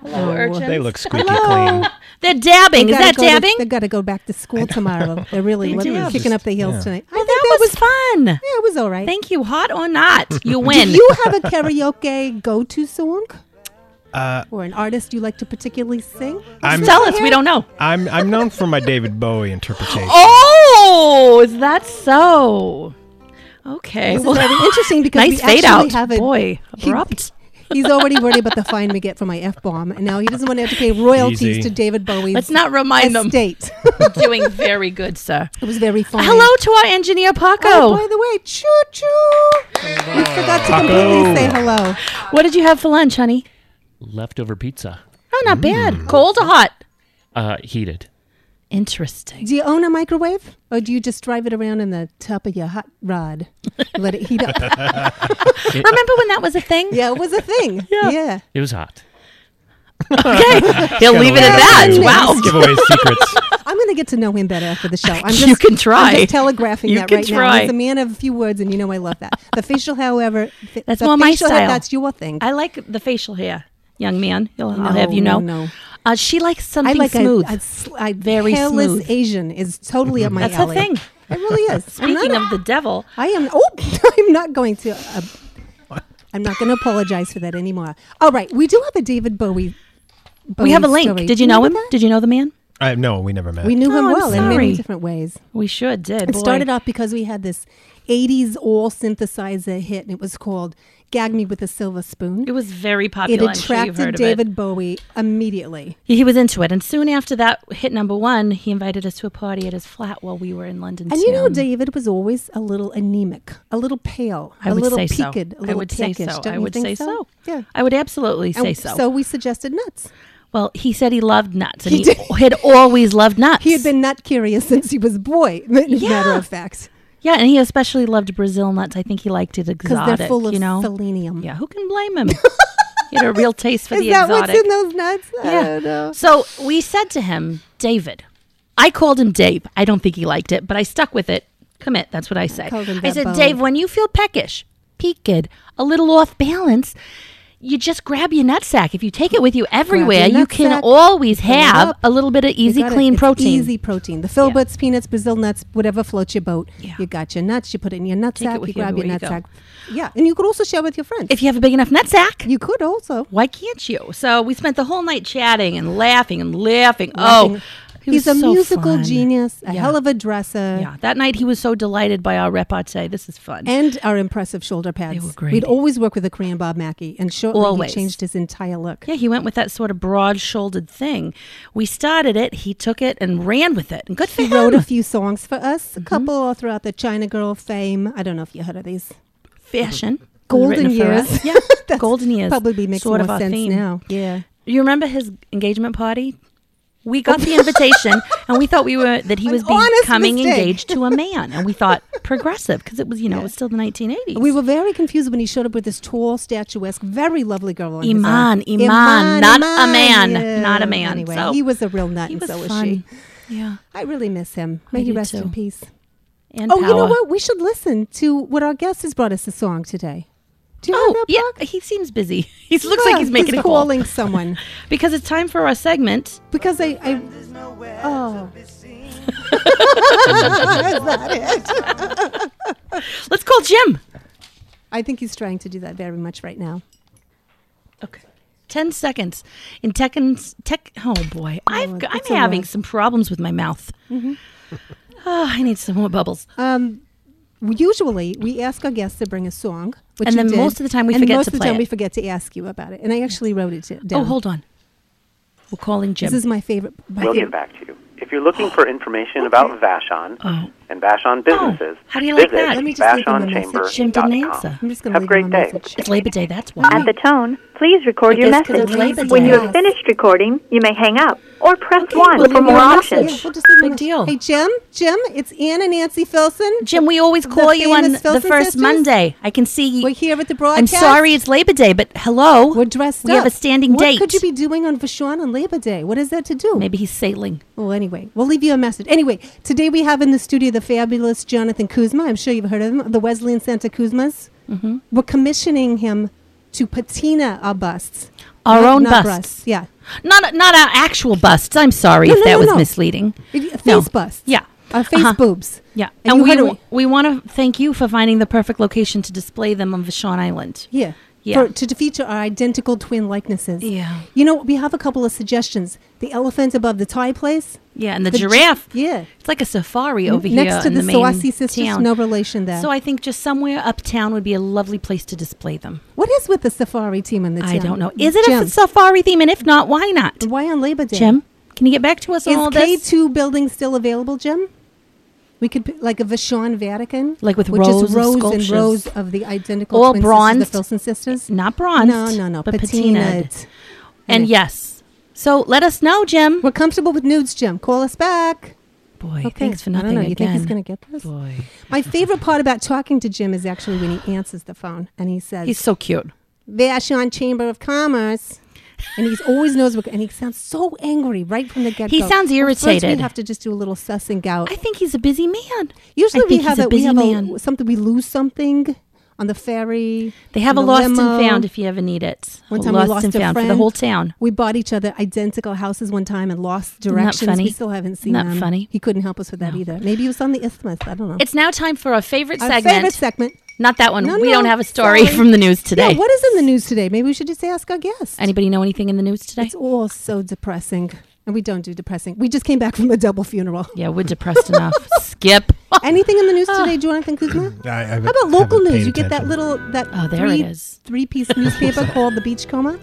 S2: Hello, urchins.
S3: Oh, They look squeaky clean.
S2: They're dabbing. Is
S1: Gotta
S2: that
S1: go to-
S2: dabbing?
S1: they got to go back to school tomorrow. They're really
S2: They do.
S1: kicking up their heels
S3: Yeah.
S1: tonight. I
S2: well,
S1: think
S2: that, was, fun.
S1: yeah, it was all right.
S2: Thank you. Hot or not, you win.
S1: Do you have a karaoke go-to song?
S3: Uh,
S1: or an artist you like to particularly sing?
S3: I'm
S2: Tell us. We don't know.
S3: I'm I'm known for my David Bowie interpretation.
S2: Oh, is that so? Okay.
S1: This is
S2: Well,
S1: very interesting because
S2: nice
S1: we
S2: fade
S1: actually
S2: out.
S1: have a
S2: Boy,
S1: he-
S2: abrupt.
S1: He's already worried about the fine we get for my f bomb, and now he doesn't want to have to pay royalties
S3: Easy.
S1: to David Bowie's
S2: Let's not remind them.
S1: estate.
S2: Doing very good, sir.
S1: it was very fine.
S2: Hello to our engineer Paco.
S1: Oh, by the way, choo choo. We forgot to completely say hello.
S2: what did you have for lunch, honey?
S4: Leftover pizza,
S2: Oh, not bad. Cold or hot?
S4: uh, heated.
S2: Interesting.
S1: Do you own a microwave, or do you just drive it around in the top of your hot rod, let it heat up?
S2: Remember when that was a thing?
S1: yeah, it was a thing.
S2: Yeah.
S1: yeah.
S4: It was hot.
S2: Okay. He'll leave it at that.
S1: Next.
S2: Wow.
S3: Give away secrets.
S1: I'm going to get to know him better after the show. I'm
S2: You
S1: just,
S2: can
S1: I'm
S2: try.
S1: just telegraphing
S2: You
S1: that
S2: can
S1: right now.
S2: try.
S1: He's a man of few words, and you know I love that. The facial, however, th-
S2: That's
S1: the
S2: more my
S1: facial hair,
S2: style.
S1: that's your thing.
S2: I like the facial hair. young man. He'll, I'll
S1: No,
S2: have you know.
S1: no, no.
S2: Uh, she likes
S1: I
S2: something
S1: like
S2: smooth.
S1: a, a, sl- a
S2: Very
S1: hairless
S2: smooth. Mm-hmm.
S1: Asian is totally up my
S2: That's her
S1: alley.
S2: thing.
S1: It really is. I'm
S2: Speaking
S1: not-
S2: of the devil,
S1: I am. Oh, I'm not going to. Uh, I'm not going to apologize for that anymore. All right, we do have a David Bowie.
S2: we have a
S1: Bowie
S2: link.
S1: story.
S2: Did you
S1: Do
S2: know him?
S1: that?
S2: Did you know the man?
S3: I no, we never met.
S1: We knew
S2: Oh,
S1: him
S2: I'm
S1: well in many
S2: sorry.
S1: different ways.
S2: We sure did.
S1: It
S2: boy.
S1: started off because we had this '80s all synthesizer hit, and it was called "Gag Me with a Silver Spoon."
S2: It was very
S1: It
S2: popular. I'm sure you've
S1: attracted
S2: heard of it.
S1: David Bowie immediately.
S2: He was into it, and soon after that hit number one, he invited us to a party at his flat while we were in London.
S1: And you know,
S2: town.
S1: David was always a little anemic, a little pale,
S2: I
S1: a
S2: would
S1: little
S2: say
S1: peaked,
S2: so.
S1: a little
S2: I would say
S1: peckish.
S2: so.
S1: Don't
S2: I
S1: you
S2: would
S1: think
S2: say so?
S1: Yeah.
S2: I would absolutely say
S1: And
S2: so.
S1: So we suggested nuts.
S2: Well, he said he loved nuts, and
S1: He
S2: he,
S1: did.
S2: had always loved nuts.
S1: He had been nut curious since he was a boy. as a matter
S2: Yeah.
S1: of fact,
S2: yeah, and he especially loved Brazil nuts. I think he liked it
S1: because
S2: exotic.
S1: they're full of
S2: you know,
S1: selenium.
S2: yeah, who can blame him? he had a real taste for
S1: Is
S2: the
S1: that
S2: exotic.
S1: what's in those nuts? I
S2: Yeah.
S1: don't know.
S2: So we said to him, David. I called him Dave. I don't think he liked it, but I stuck with it. Commit. That's what I say.
S1: Called him
S2: I
S1: that
S2: said,
S1: bone.
S2: Dave, when you feel peckish, peaked, a little off balance, you just grab your nutsack. If you take it with you everywhere, you can
S1: nutsack,
S2: always
S1: fill it
S2: have
S1: up.
S2: a little bit of
S1: You
S2: easy,
S1: got it.
S2: clean
S1: It's
S2: protein.
S1: Easy protein. The filberts, peanuts, Brazil nuts, whatever floats your boat.
S2: Yeah.
S1: You got your nuts. You put it in your nut
S2: Take it
S1: sack.
S2: with
S1: You
S2: you
S1: grab your
S2: everywhere
S1: nut sack.
S2: you
S1: Yeah, and you could also share with your friends.
S2: If you have a big enough nutsack,
S1: you could also.
S2: why can't you? So we spent the whole night chatting and laughing and laughing.
S1: Laughing.
S2: Oh, he
S1: He's a
S2: was so
S1: musical
S2: fun.
S1: genius, a
S2: Yeah.
S1: hell of a dresser,
S2: Yeah, that night he was so delighted by our repartee. This is fun.
S1: and our impressive shoulder pads.
S2: were great.
S1: We'd always work with a Korean Bob Mackey, and shortly
S2: Always.
S1: he changed his entire look.
S2: Yeah, he went with that sort of broad shouldered thing. We started it, he took it and ran with it. And good for
S1: He
S2: him.
S1: wrote a few songs for us,
S2: Mm-hmm.
S1: a couple all throughout the China Girl fame. I don't know if you heard of these.
S2: Fashion. was
S1: Golden
S2: written for
S1: years.
S2: us. Yeah.
S1: That's
S2: golden years.
S1: Probably makes
S2: sort of
S1: more
S2: our
S1: sense
S2: theme.
S1: now. Yeah.
S2: You remember his engagement party? We got the invitation and we thought we were that he
S1: Oh. An
S2: was
S1: honest
S2: becoming
S1: mistake.
S2: engaged to a man and we thought progressive because it was, you know, it was still the 1980s.
S1: We were very confused when he showed up with this tall, statuesque, very lovely girl. On his arm.
S2: Iman, Iman, not a
S1: Iman,
S2: man,
S1: yeah.
S2: not a man.
S1: Anyway,
S2: So-
S1: he was a real nut,
S2: he
S1: and
S2: was
S1: so was
S2: fun.
S1: she.
S2: Yeah.
S1: I really miss him.
S2: I
S1: May he
S2: do
S1: rest in
S2: too.
S1: peace.
S2: And
S1: Oh, you know
S2: power.
S1: what? We should listen to what our guest has brought us a song today. Do you have
S2: Oh,
S1: that?
S2: yeah. He seems busy. He looks like
S1: Yeah,
S2: he's making a call
S1: calling someone
S2: because it's time for our segment.
S1: because I. I oh,
S2: Let's call Jim.
S1: I think he's trying to do that very much right now.
S2: Okay. 10 seconds in Tekken's tech. Oh boy, I've,
S1: it-
S2: I'm
S1: it's a
S2: having
S1: lot. Mm-hmm.
S2: some problems with my mouth. Oh, I need some more bubbles.
S1: Um, usually, we ask our guests to bring a song, which
S2: And
S1: you
S2: then
S1: did,
S2: most of the time we
S1: and
S2: forget
S1: most
S2: to
S1: of the
S2: play
S1: time
S2: it.
S1: we forget to ask you about it. And I actually wrote it t- down.
S2: Oh, hold on. We're calling Jim.
S1: This is my favorite. My
S5: We'll
S1: favorite.
S5: get back to you. If you're looking for information about Vashon
S2: Oh.
S5: and Vashon businesses,
S2: how do you like
S5: visit
S2: that? Let
S1: me just leave him a
S5: vashonshamber.com.
S1: message.
S2: Jim didn't answer.
S1: I'm just going to
S5: Have
S1: leave
S5: a great
S1: him a
S5: day.
S1: message.
S2: it's Labor Day. That's why.
S6: At the tone, please record
S2: But
S6: your
S2: that's 'cause
S6: message.
S2: it's Labor
S6: When
S2: Day.
S6: you have finished recording, you may hang up or press
S1: Okay,
S6: 1
S1: we'll
S6: for
S1: leave
S6: more
S1: him a
S6: options.
S1: message. We'll just leave him
S2: Big
S1: a-
S2: deal.
S1: Hey, Jim. Jim, it's Ann and Nancy Filson.
S2: Jim, we always
S1: The
S2: call you on
S1: famous
S2: the
S1: Filson
S2: first
S1: sisters?
S2: Monday. I can see you.
S1: We're here at the
S2: I'm
S1: broadcast.
S2: sorry it's Labor Day, but hello.
S1: We're dressed
S2: We
S1: up.
S2: have a standing
S1: what
S2: date.
S1: could you be doing on Vashon on Labor Day? What is that to do?
S2: Maybe he's sailing.
S1: Well, anyway, we'll leave you a message. Anyway, today we have in the studio the fabulous Jonathan Kuzma. I'm sure you've heard of him, the Wesleyan Santa Kuzmas. Mm-hmm. We're commissioning him to patina our busts.
S2: Our
S1: Not-
S2: own
S1: not
S2: busts.
S1: Yeah.
S2: Not not our actual busts. I'm sorry
S1: No,
S2: if
S1: no,
S2: that
S1: no,
S2: was
S1: no.
S2: misleading.
S1: It- Face
S2: No.
S1: busts.
S2: Yeah.
S1: Our face
S2: Uh-huh.
S1: boobs.
S2: Yeah,
S1: And,
S2: and,
S1: you
S2: we
S1: heard
S2: w-
S1: it-
S2: we want to thank you for finding the perfect location to display them on Vashon Island.
S1: Yeah.
S2: Yeah.
S1: For, to, to feature our identical twin likenesses.
S2: Yeah.
S1: You know, we have a couple of suggestions. The elephant above the Thai place.
S2: Yeah, and the,
S1: The gi-
S2: giraffe.
S1: yeah.
S2: it's like a safari over here
S1: Next to
S2: in
S1: the,
S2: main
S1: Sawasi sisters.
S2: town.
S1: No relation there.
S2: So I think just somewhere uptown would be a lovely place to display them.
S1: what is with the safari team in the town?
S2: I don't know. Is it
S1: Jim,
S2: a safari theme? And if not, why not?
S1: Why on Labor Day?
S2: Jim, can you get back to us on
S1: Is
S2: all
S1: K
S2: this?
S1: two building still available, Jim? We could p- like a Vashon Vatican,
S2: Like with
S1: which
S2: rows
S1: is
S2: of
S1: rows and
S2: sculptures.
S1: rows of the identical
S2: All
S1: twin
S2: bronzed.
S1: sisters, the Filson sisters.
S2: Not bronze.
S1: No, no, no,
S2: But
S1: patinaed.
S2: patinaed. And yes. So let us know, Jim.
S1: We're comfortable with nudes, Jim. Call us back.
S2: Boy,
S1: Okay.
S2: thanks for
S1: I don't
S2: nothing
S1: know. You think
S2: again.
S1: he's gonna get this?
S2: Boy,
S1: My favorite part about talking to Jim is actually when he answers the phone and he says,
S2: he's so cute.
S1: Vashon Chamber of Commerce. And he's always knows, what, and he sounds so angry right from the get go.
S2: He sounds
S1: First,
S2: irritated.
S1: we have to just do a little sussing out.
S2: I think he's a busy man.
S1: Usually
S2: I
S1: we
S2: think
S1: have
S2: he's a
S1: it. We
S2: busy
S1: have a,
S2: man.
S1: something. We lose something, on the ferry.
S2: They have a
S1: in the
S2: lost
S1: limo.
S2: and found if you ever need it.
S1: One
S2: A
S1: time
S2: lost
S1: we lost
S2: and
S1: a
S2: found
S1: friend.
S2: for the whole town.
S1: We bought each other identical houses one time and lost
S2: that
S1: directions. We
S2: funny?
S1: still haven't
S2: Isn't
S1: seen
S2: that
S1: them.
S2: funny?
S1: He couldn't help us with that either. Maybe he was on the isthmus. I don't know.
S2: It's now time for our favorite
S1: Our
S2: segment.
S1: favorite segment.
S2: Not that one.
S1: No,
S2: we
S1: no,
S2: don't have a story
S1: sorry.
S2: from the news today.
S1: Yeah, what is in the news today? Maybe we should just ask our guest.
S2: Anybody know anything in the news today?
S1: It's all so depressing. And we don't do depressing. We just came back from a double funeral.
S2: Yeah, we're depressed enough. Skip. Oh
S1: Anything in the news
S2: Ah.
S1: today, Jonathan Kuzma?
S3: I, I
S1: How
S3: haven't-
S1: about local
S3: haven't
S1: news?
S3: paid
S1: You get that
S3: attention.
S1: little that
S2: Oh, there
S1: three,
S2: it is.
S1: three-piece newspaper called The Beachcomber.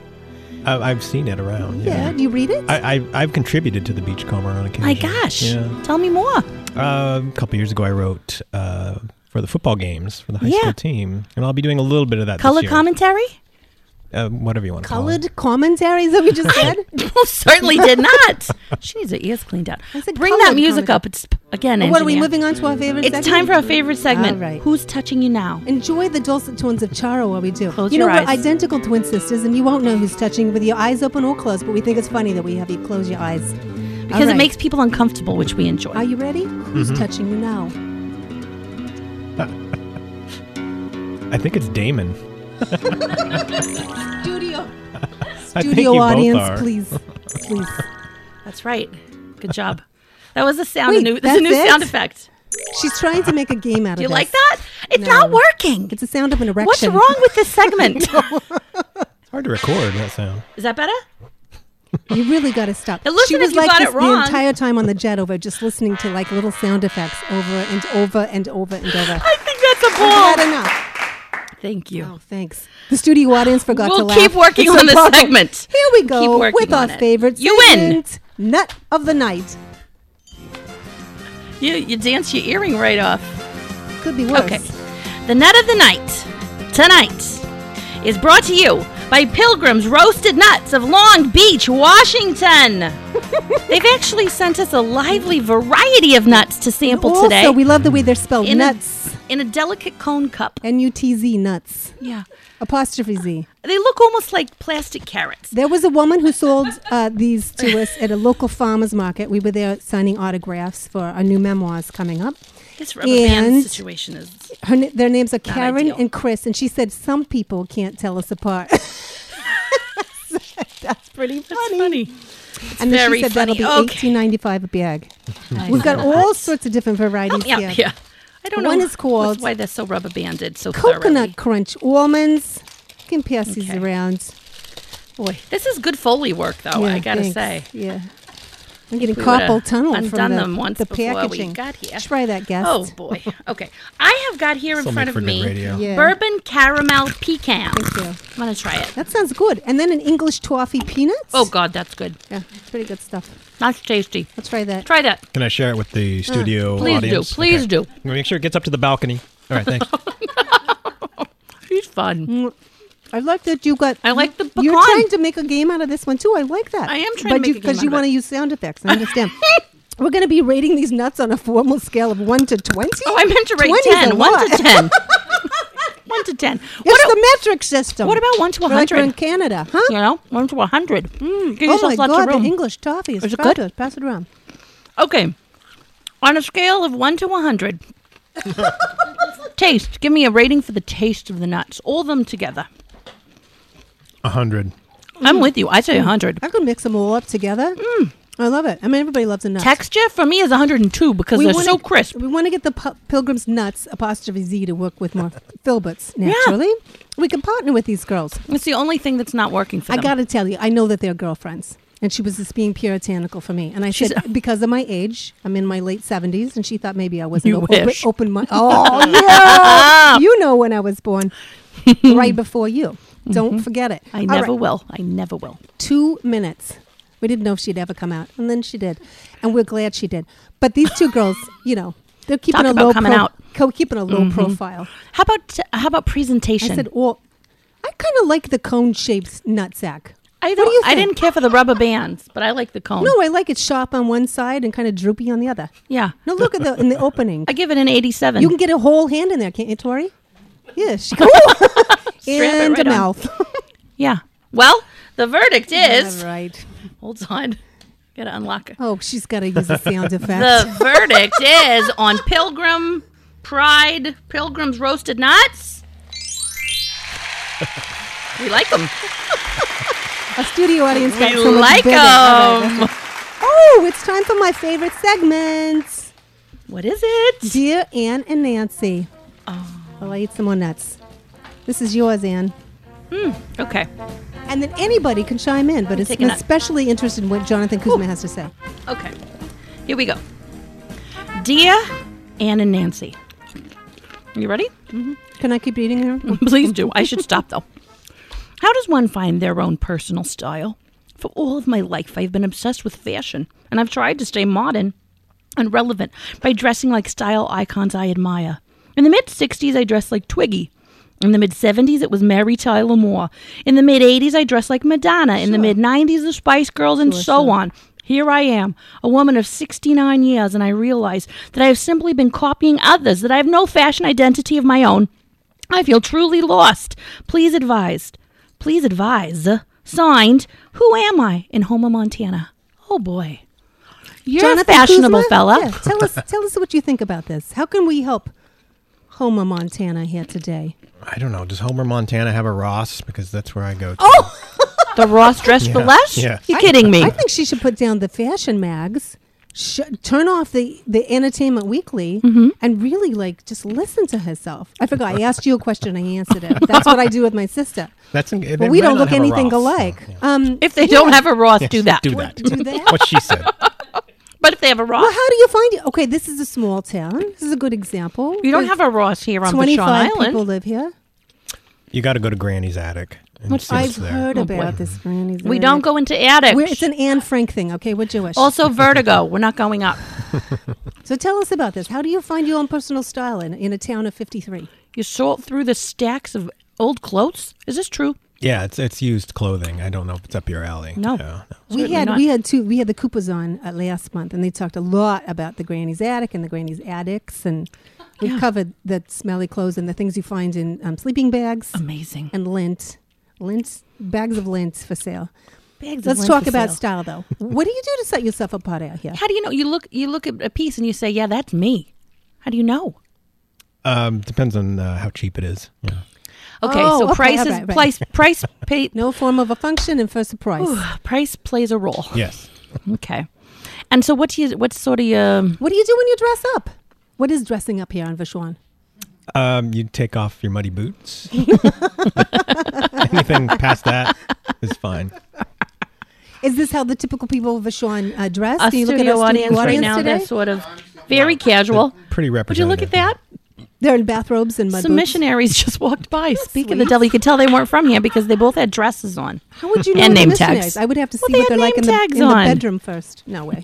S3: I, I've seen it around.
S1: Yeah.
S3: Yeah.
S1: do you read it?
S3: I, I, I've contributed to the Beachcomber on occasion.
S2: My gosh.
S3: Yeah.
S2: Tell me more.
S3: Um, a couple years ago, I wrote uh, for the football games for the high
S2: Yeah.
S3: school team, and I'll be doing a little bit of that. this
S2: Color
S3: year.
S2: commentary?
S3: uh, whatever you want. to call it.
S1: Colored commentaries that we just said.
S2: Most certainly did not. she needs her ears cleaned out.
S1: I said
S2: Bring
S1: colored
S2: that music
S1: commentary.
S2: up. It's again.
S1: What are we
S2: engineer.
S1: moving on to our favorite?
S2: It's
S1: segment?
S2: time for our favorite segment.
S1: All right.
S2: Who's touching you now?
S1: Enjoy the dulcet tones of Charo while we do.
S2: Close
S1: you know,
S2: your
S1: we're
S2: eyes.
S1: identical twin sisters, and you won't know who's touching with your eyes open or closed, but we think it's funny that we have you close your eyes.
S2: Because it makes people uncomfortable, which we enjoy.
S1: Are you ready?
S3: Mm-hmm.
S1: Who's touching you now?
S3: I think it's Damon.
S1: Studio.
S3: I think
S1: Studio
S3: you both
S1: audience,
S3: are.
S1: please. Please.
S2: That's right. Good job. That was a sound.
S1: Wait,
S2: a new, that's a
S1: that's
S2: new
S1: it?
S2: sound effect.
S1: She's trying to make a game out of
S2: Do you
S1: this.
S2: like that? It's
S1: No.
S2: not working.
S1: It's a sound of an erection.
S2: What's wrong with this segment?
S3: It's hard to record that sound.
S2: Is that better?
S1: You really got to stop.
S2: Now listen
S1: she was
S2: if you
S1: like
S2: got
S1: this
S2: it wrong.
S1: the entire time on the jet over, just listening to like little sound effects over and over and over and over.
S2: I think that's a
S1: Not
S2: ball.
S1: enough.
S2: Thank you.
S1: Oh, thanks. The studio audience forgot to
S2: We'll
S1: laugh.
S2: keep working
S1: It's
S2: on this
S1: impossible.
S2: segment.
S1: Here we go
S2: Keep working
S1: with our
S2: on it.
S1: favorite
S2: You win.
S1: segment, Nut of the night. Oh.
S2: You you dance your earring right off.
S1: Could be worse.
S2: Okay. The nut of the night tonight is brought to you by Pilgrim's Roasted Nuts of Long Beach, Washington. They've actually sent us a lively variety of nuts to sample
S1: also,
S2: today.
S1: we love the way they're spelled.
S2: in
S1: nuts.
S2: a, in a delicate cone cup.
S1: N U T Z nuts.
S2: Yeah.
S1: Apostrophe Z.
S2: They look almost like plastic carrots.
S1: There was a woman who sold uh, these to us at a local farmer's market. We were there signing autographs for our new memoirs coming up.
S2: I guess rubber band
S1: And-
S2: situation is
S1: her na- their names are Karen
S2: ideal.
S1: and Chris, and she said some people can't tell us apart. That's pretty funny.
S2: funny.
S1: and then
S2: very
S1: she said that'll be
S2: funny. Okay.
S1: eighteen ninety five a bag. We've got all sorts of different varieties
S2: Oh, Yeah,
S1: here.
S2: yeah. I don't
S1: One
S2: know
S1: is called
S2: why they're so rubber banded so
S1: Coconut
S2: thoroughly.
S1: crunch almonds. You can pass these
S2: Okay.
S1: around.
S2: Boy, this is good foley work though.
S1: Yeah,
S2: Oh, I gotta
S1: thanks.
S2: say.
S1: Yeah. I'm getting
S2: we would've
S1: carpal tunnel from
S2: undone
S1: the,
S2: them once
S1: the
S2: before we
S1: packaging.
S2: got here.
S1: Try that, guest.
S2: Oh boy. Okay. I have got here in
S3: Still
S2: front of
S3: make for good
S2: me
S3: radio.
S1: Yeah.
S2: bourbon caramel pecan.
S1: Thank you.
S2: I'm gonna try it.
S1: That sounds good. And then an English toffee peanuts.
S2: Oh god, that's good.
S1: yeah, it's pretty good stuff.
S2: That's tasty.
S1: Let's try that.
S2: Try that.
S3: Can I share it with the studio
S2: please do,
S3: audience?
S2: please do.
S3: I'm gonna Make sure it gets up to the balcony. All right, thanks.
S2: She's fun.
S1: Mm. I like that you got.
S2: I like the
S1: You're
S2: pecan.
S1: trying to make a game out of this one too. I like that.
S2: I am trying to make a game
S1: because
S2: out
S1: you
S2: of
S1: want
S2: it.
S1: to use sound effects. I understand. We're going to be rating these nuts on a formal scale of one to twenty.
S2: Oh, I meant to rate
S1: 20 is a
S2: 10. 1 to
S1: lot.
S2: 10. 1 to 10.
S1: It's
S2: What a,
S1: the metric system.
S2: what about one to
S1: We're like we're
S2: 100?
S1: in Canada, huh?
S2: you know, 1 to 100. Mm, give
S1: Oh my
S2: yourself lots
S1: God!
S2: of room.
S1: The English toffee is,
S2: Is it good?
S1: fabulous. Pass it around.
S2: okay. On a scale of 1 to 100, taste. Give me a rating for the taste of the nuts. All of them together.
S3: A hundred.
S2: I'm with you. I say 100.
S1: Mm. I could mix them all up together.
S2: Mm.
S1: I love it. I mean, everybody loves a nut.
S2: Texture for me is 102 because they're
S1: wanna-
S2: so crisp.
S1: We want to get the pu- Pilgrim's Nuts apostrophe Z to work with more filberts naturally. We can partner with these girls.
S2: It's the only thing that's not working for
S1: I
S2: them.
S1: got to tell you, I know that they're girlfriends. And she was just being puritanical for me. And I
S2: She's-
S1: said, because of my age, I'm in my late 70s. And she thought maybe I wasn't
S2: You
S1: o- open,
S2: wish.
S1: open my. Oh, yeah. you know when I was born, right before you. Don't forget it.
S2: Mm-hmm. I
S1: All
S2: never
S1: right,
S2: will. I never will.
S1: Two minutes. We didn't know if she'd ever come out. And then she did. And we're glad she did. But these two girls, you know, they're keeping
S2: Talk
S1: a
S2: about
S1: low
S2: coming
S1: pro-
S2: out. Mm-hmm.
S1: co- keeping a low profile.
S2: How about how about presentation?
S1: I said, well, I kind of like the cone shaped nutsack.
S2: I,
S1: What
S2: don't,
S1: do you
S2: I
S1: think?
S2: didn't care for the rubber bands, but I like the cone.
S1: No, I like it sharp on one side and kind of droopy on the other.
S2: Yeah.
S1: No, look at the in the opening.
S2: I give it an 87.
S1: You can get a whole hand in there, can't you, Tori? Yes. She,
S2: it
S1: and
S2: right
S1: a
S2: on.
S1: mouth.
S2: yeah. Well, the verdict is.
S1: All right.
S2: Hold on. Gotta unlock it.
S1: Oh, she's got to use a sound effect.
S2: The verdict is on Pilgrim Pride, Pilgrim's Roasted Nuts. We like them.
S1: A studio audience got
S2: We
S1: so much
S2: like
S1: bigger. All right,
S2: 'em.
S1: that's right. Oh, it's time for my favorite segments.
S2: What is it?
S1: Dear Anne and Nancy. Oh. I ate some more nuts. This is yours, Anne.
S2: Okay.
S1: And then anybody can chime in, but it's,
S2: take a
S1: I'm
S2: nut.
S1: especially interested in what Jonathan Kuzma has to say.
S2: Okay. Here we go. Dear Anne and Nancy. You ready?
S1: Can I keep eating her?
S2: Please do. I should stop though. How does one find their own personal style? For all of my life, I've been obsessed with fashion, and I've tried to stay modern and relevant by dressing like style icons I admire. In the mid 60s, I dressed like Twiggy. In the mid 70s, it was Mary Tyler Moore. In the mid 80s, I dressed like Madonna. In the mid 90s, the Spice Girls, and so on. Here I am, a woman of 69 years, and I realize that I have simply been copying others, that I have no fashion identity of my own. I feel truly lost. Please advise. Please advise. Signed, who am I in Homer, Montana? Oh boy. You're a fashionable
S1: Kuzma?
S2: fella.
S1: Yeah, tell us, tell us what you think about this. How can we help Homer Montana here today?
S3: I don't know. Does Homer Montana have a Ross? Because that's where I go. To.
S1: Oh!
S2: The Ross dress for
S3: Yeah,
S2: less?
S3: yeah.
S2: You're
S1: I-
S2: kidding me.
S1: I think she should put down the fashion mags, sh- turn off the, the Entertainment Weekly,
S2: Mm-hmm.
S1: and really like just listen to herself. I forgot. I asked you a question. I answered it. That's what I do with my sister.
S3: That's an,
S1: But we don't look anything alike. Um,
S2: if they don't have a Ross, do that.
S3: Do that.
S1: do that.
S3: what she said.
S2: But if they have a Ross,
S1: well, how do you find it? Okay, this is a small town. This is a good example.
S2: you don't
S1: There's
S2: have a Ross here on Bashan
S1: 25
S2: Island.
S1: people live here.
S3: You got to go to Granny's attic. And
S2: What's
S3: see what's
S1: I've
S3: there.
S1: heard
S2: Oh, boy.
S1: about this granny's.
S2: We don't go into attics.
S1: We're, it's an Anne Frank thing. Okay, we're Jewish.
S2: also, vertigo. We're not going up.
S1: so tell us about this. How do you find your own personal style in, in a town of 53?
S2: You sort through the stacks of old clothes. Is this true?
S3: Yeah, it's it's used clothing. I don't know if it's up your alley.
S2: No.
S3: Yeah, no.
S1: We
S2: Certainly
S1: had
S2: not.
S1: we had two we had the Coopers on uh, last month, and they talked a lot about the granny's attic and the granny's attics, and we
S2: Yeah.
S1: covered the smelly clothes and the things you find in um, sleeping bags
S2: Amazing.
S1: and lint, lint bags of lint for sale.
S2: Bags of
S1: Let's
S2: lint
S1: talk
S2: for
S1: about
S2: sale.
S1: style though. what do you do to set yourself apart out here?
S2: How do you know? You look you look at a piece and you say, "Yeah, that's me." How do you know?
S3: Um, depends on uh, how cheap it is. Yeah.
S2: Okay,
S1: Oh,
S2: so
S1: okay,
S2: price
S1: all
S2: is
S1: right, right.
S2: price price pay,
S1: No form of a function and first a price.
S2: price plays a role.
S3: Yes.
S2: Okay. And so what's your what's sort of your
S1: What do you do when you dress up? What is dressing up here on Vashon?
S3: Um, you take off your muddy boots. anything past that is fine.
S1: Is this how the typical people of Vashon uh, dress?
S2: a
S1: Can you
S2: studio
S1: look at our
S2: audience
S1: studio
S2: right
S1: audience
S2: now?
S1: today?
S2: They're sort of very casual.
S3: Pretty
S2: Would you
S3: representative.
S2: look at that?
S1: They're in bathrobes and mud
S2: Some
S1: boots.
S2: missionaries just walked by. Speak of the
S1: sweet.
S2: devil, you could tell they weren't from here because they both had dresses on.
S1: How would you know
S2: And
S1: the
S2: name
S1: missionaries?
S2: tags.
S1: I would have to see
S2: they
S1: what
S2: had
S1: they're like in,
S2: name
S1: the,
S2: tags
S1: in the
S2: on.
S1: bedroom first. No way.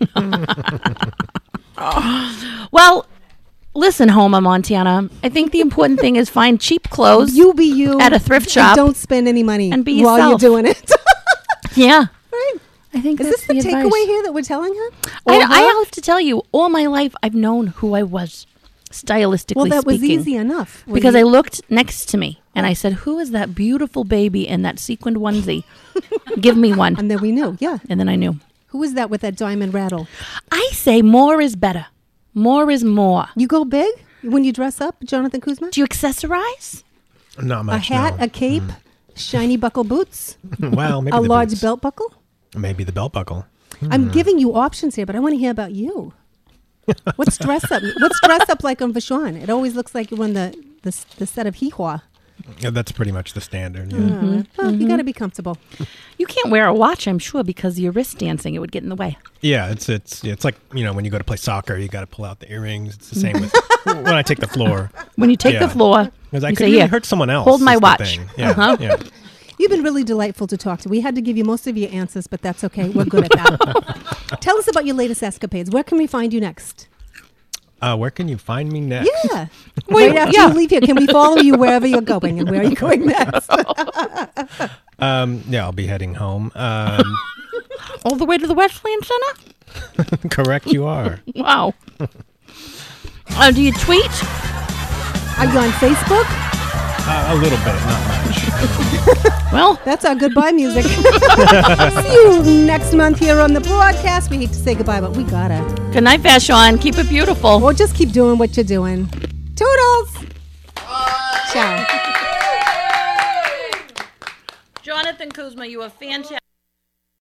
S2: Well, listen, Homa Montana. I think the important thing is find cheap clothes.
S1: you be you
S2: At a thrift
S1: and
S2: shop.
S1: Don't spend any money
S2: And be
S1: while
S2: yourself.
S1: you're doing it.
S2: yeah.
S1: right?
S2: I think
S1: Is
S2: that's
S1: this the,
S2: advice.
S1: takeaway here that we're telling her?
S2: I,
S1: Or
S2: I
S1: her?
S2: have to tell you, all my life I've known who I was, stylistically
S1: well, that was
S2: speaking.
S1: easy enough Were
S2: Because
S1: you-
S2: I looked next to me and I said, "Who is that beautiful baby in that sequined onesie? Give me one."
S1: and then we knew. Yeah,
S2: And then I knew.
S1: who is that with that diamond rattle?
S2: I say more is better. More is more.
S1: You go big when you dress up, Jonathan Kuzma.
S2: Do you accessorize?
S3: Not
S1: A
S3: much.
S1: hat,
S3: no.
S1: a cape, shiny buckle boots,
S3: well, maybe
S1: a
S3: the
S1: large
S3: boots.
S1: belt buckle.
S3: Maybe the belt buckle.
S1: I'm giving you options here, but I want to hear about you. What's dress up? What's dress up like on Vashon? It always looks like you are on the the, s- the set of hee haw.
S3: Yeah, that's pretty much the standard.
S2: Mm-hmm.
S3: Yeah.
S1: Well, you got to be comfortable.
S2: You can't wear a watch, I'm sure, because your wrist dancing it would get in the way.
S3: Yeah, it's it's it's like you know when you go to play soccer, you got to pull out the earrings. It's the same with when I take the floor.
S2: When you take the
S3: Yeah.
S2: floor,
S3: 'Cause I
S2: you
S3: could
S2: say,
S3: really
S2: "Here,
S3: hurt someone else.
S2: Hold my
S3: is the
S2: watch.
S3: thing. Yeah,
S2: Uh-huh.
S3: yeah.
S1: You've been really delightful to talk to. We had to give you most of your answers, but that's okay. We're good at that. Tell us about your latest escapades. Where can we find you next?
S3: Uh, where can you find me next?
S1: Yeah. right after you leave here, can we follow you wherever you're going and where are you going next?
S3: Um, yeah, I'll be heading home. Um,
S2: all the way to the Westland Center.
S3: correct, you are.
S2: Wow. Uh, do you tweet?
S1: Are you on Facebook?
S3: Uh, a little bit, not much.
S2: Well,
S1: That's our goodbye music. See you next month here on the broadcast. We hate to say goodbye, but we gotta.
S2: good night, Vashon. Keep it beautiful.
S1: Or just keep doing what you're doing. Toodles! Ciao.
S2: Jonathan Kuzma, you are fantastic.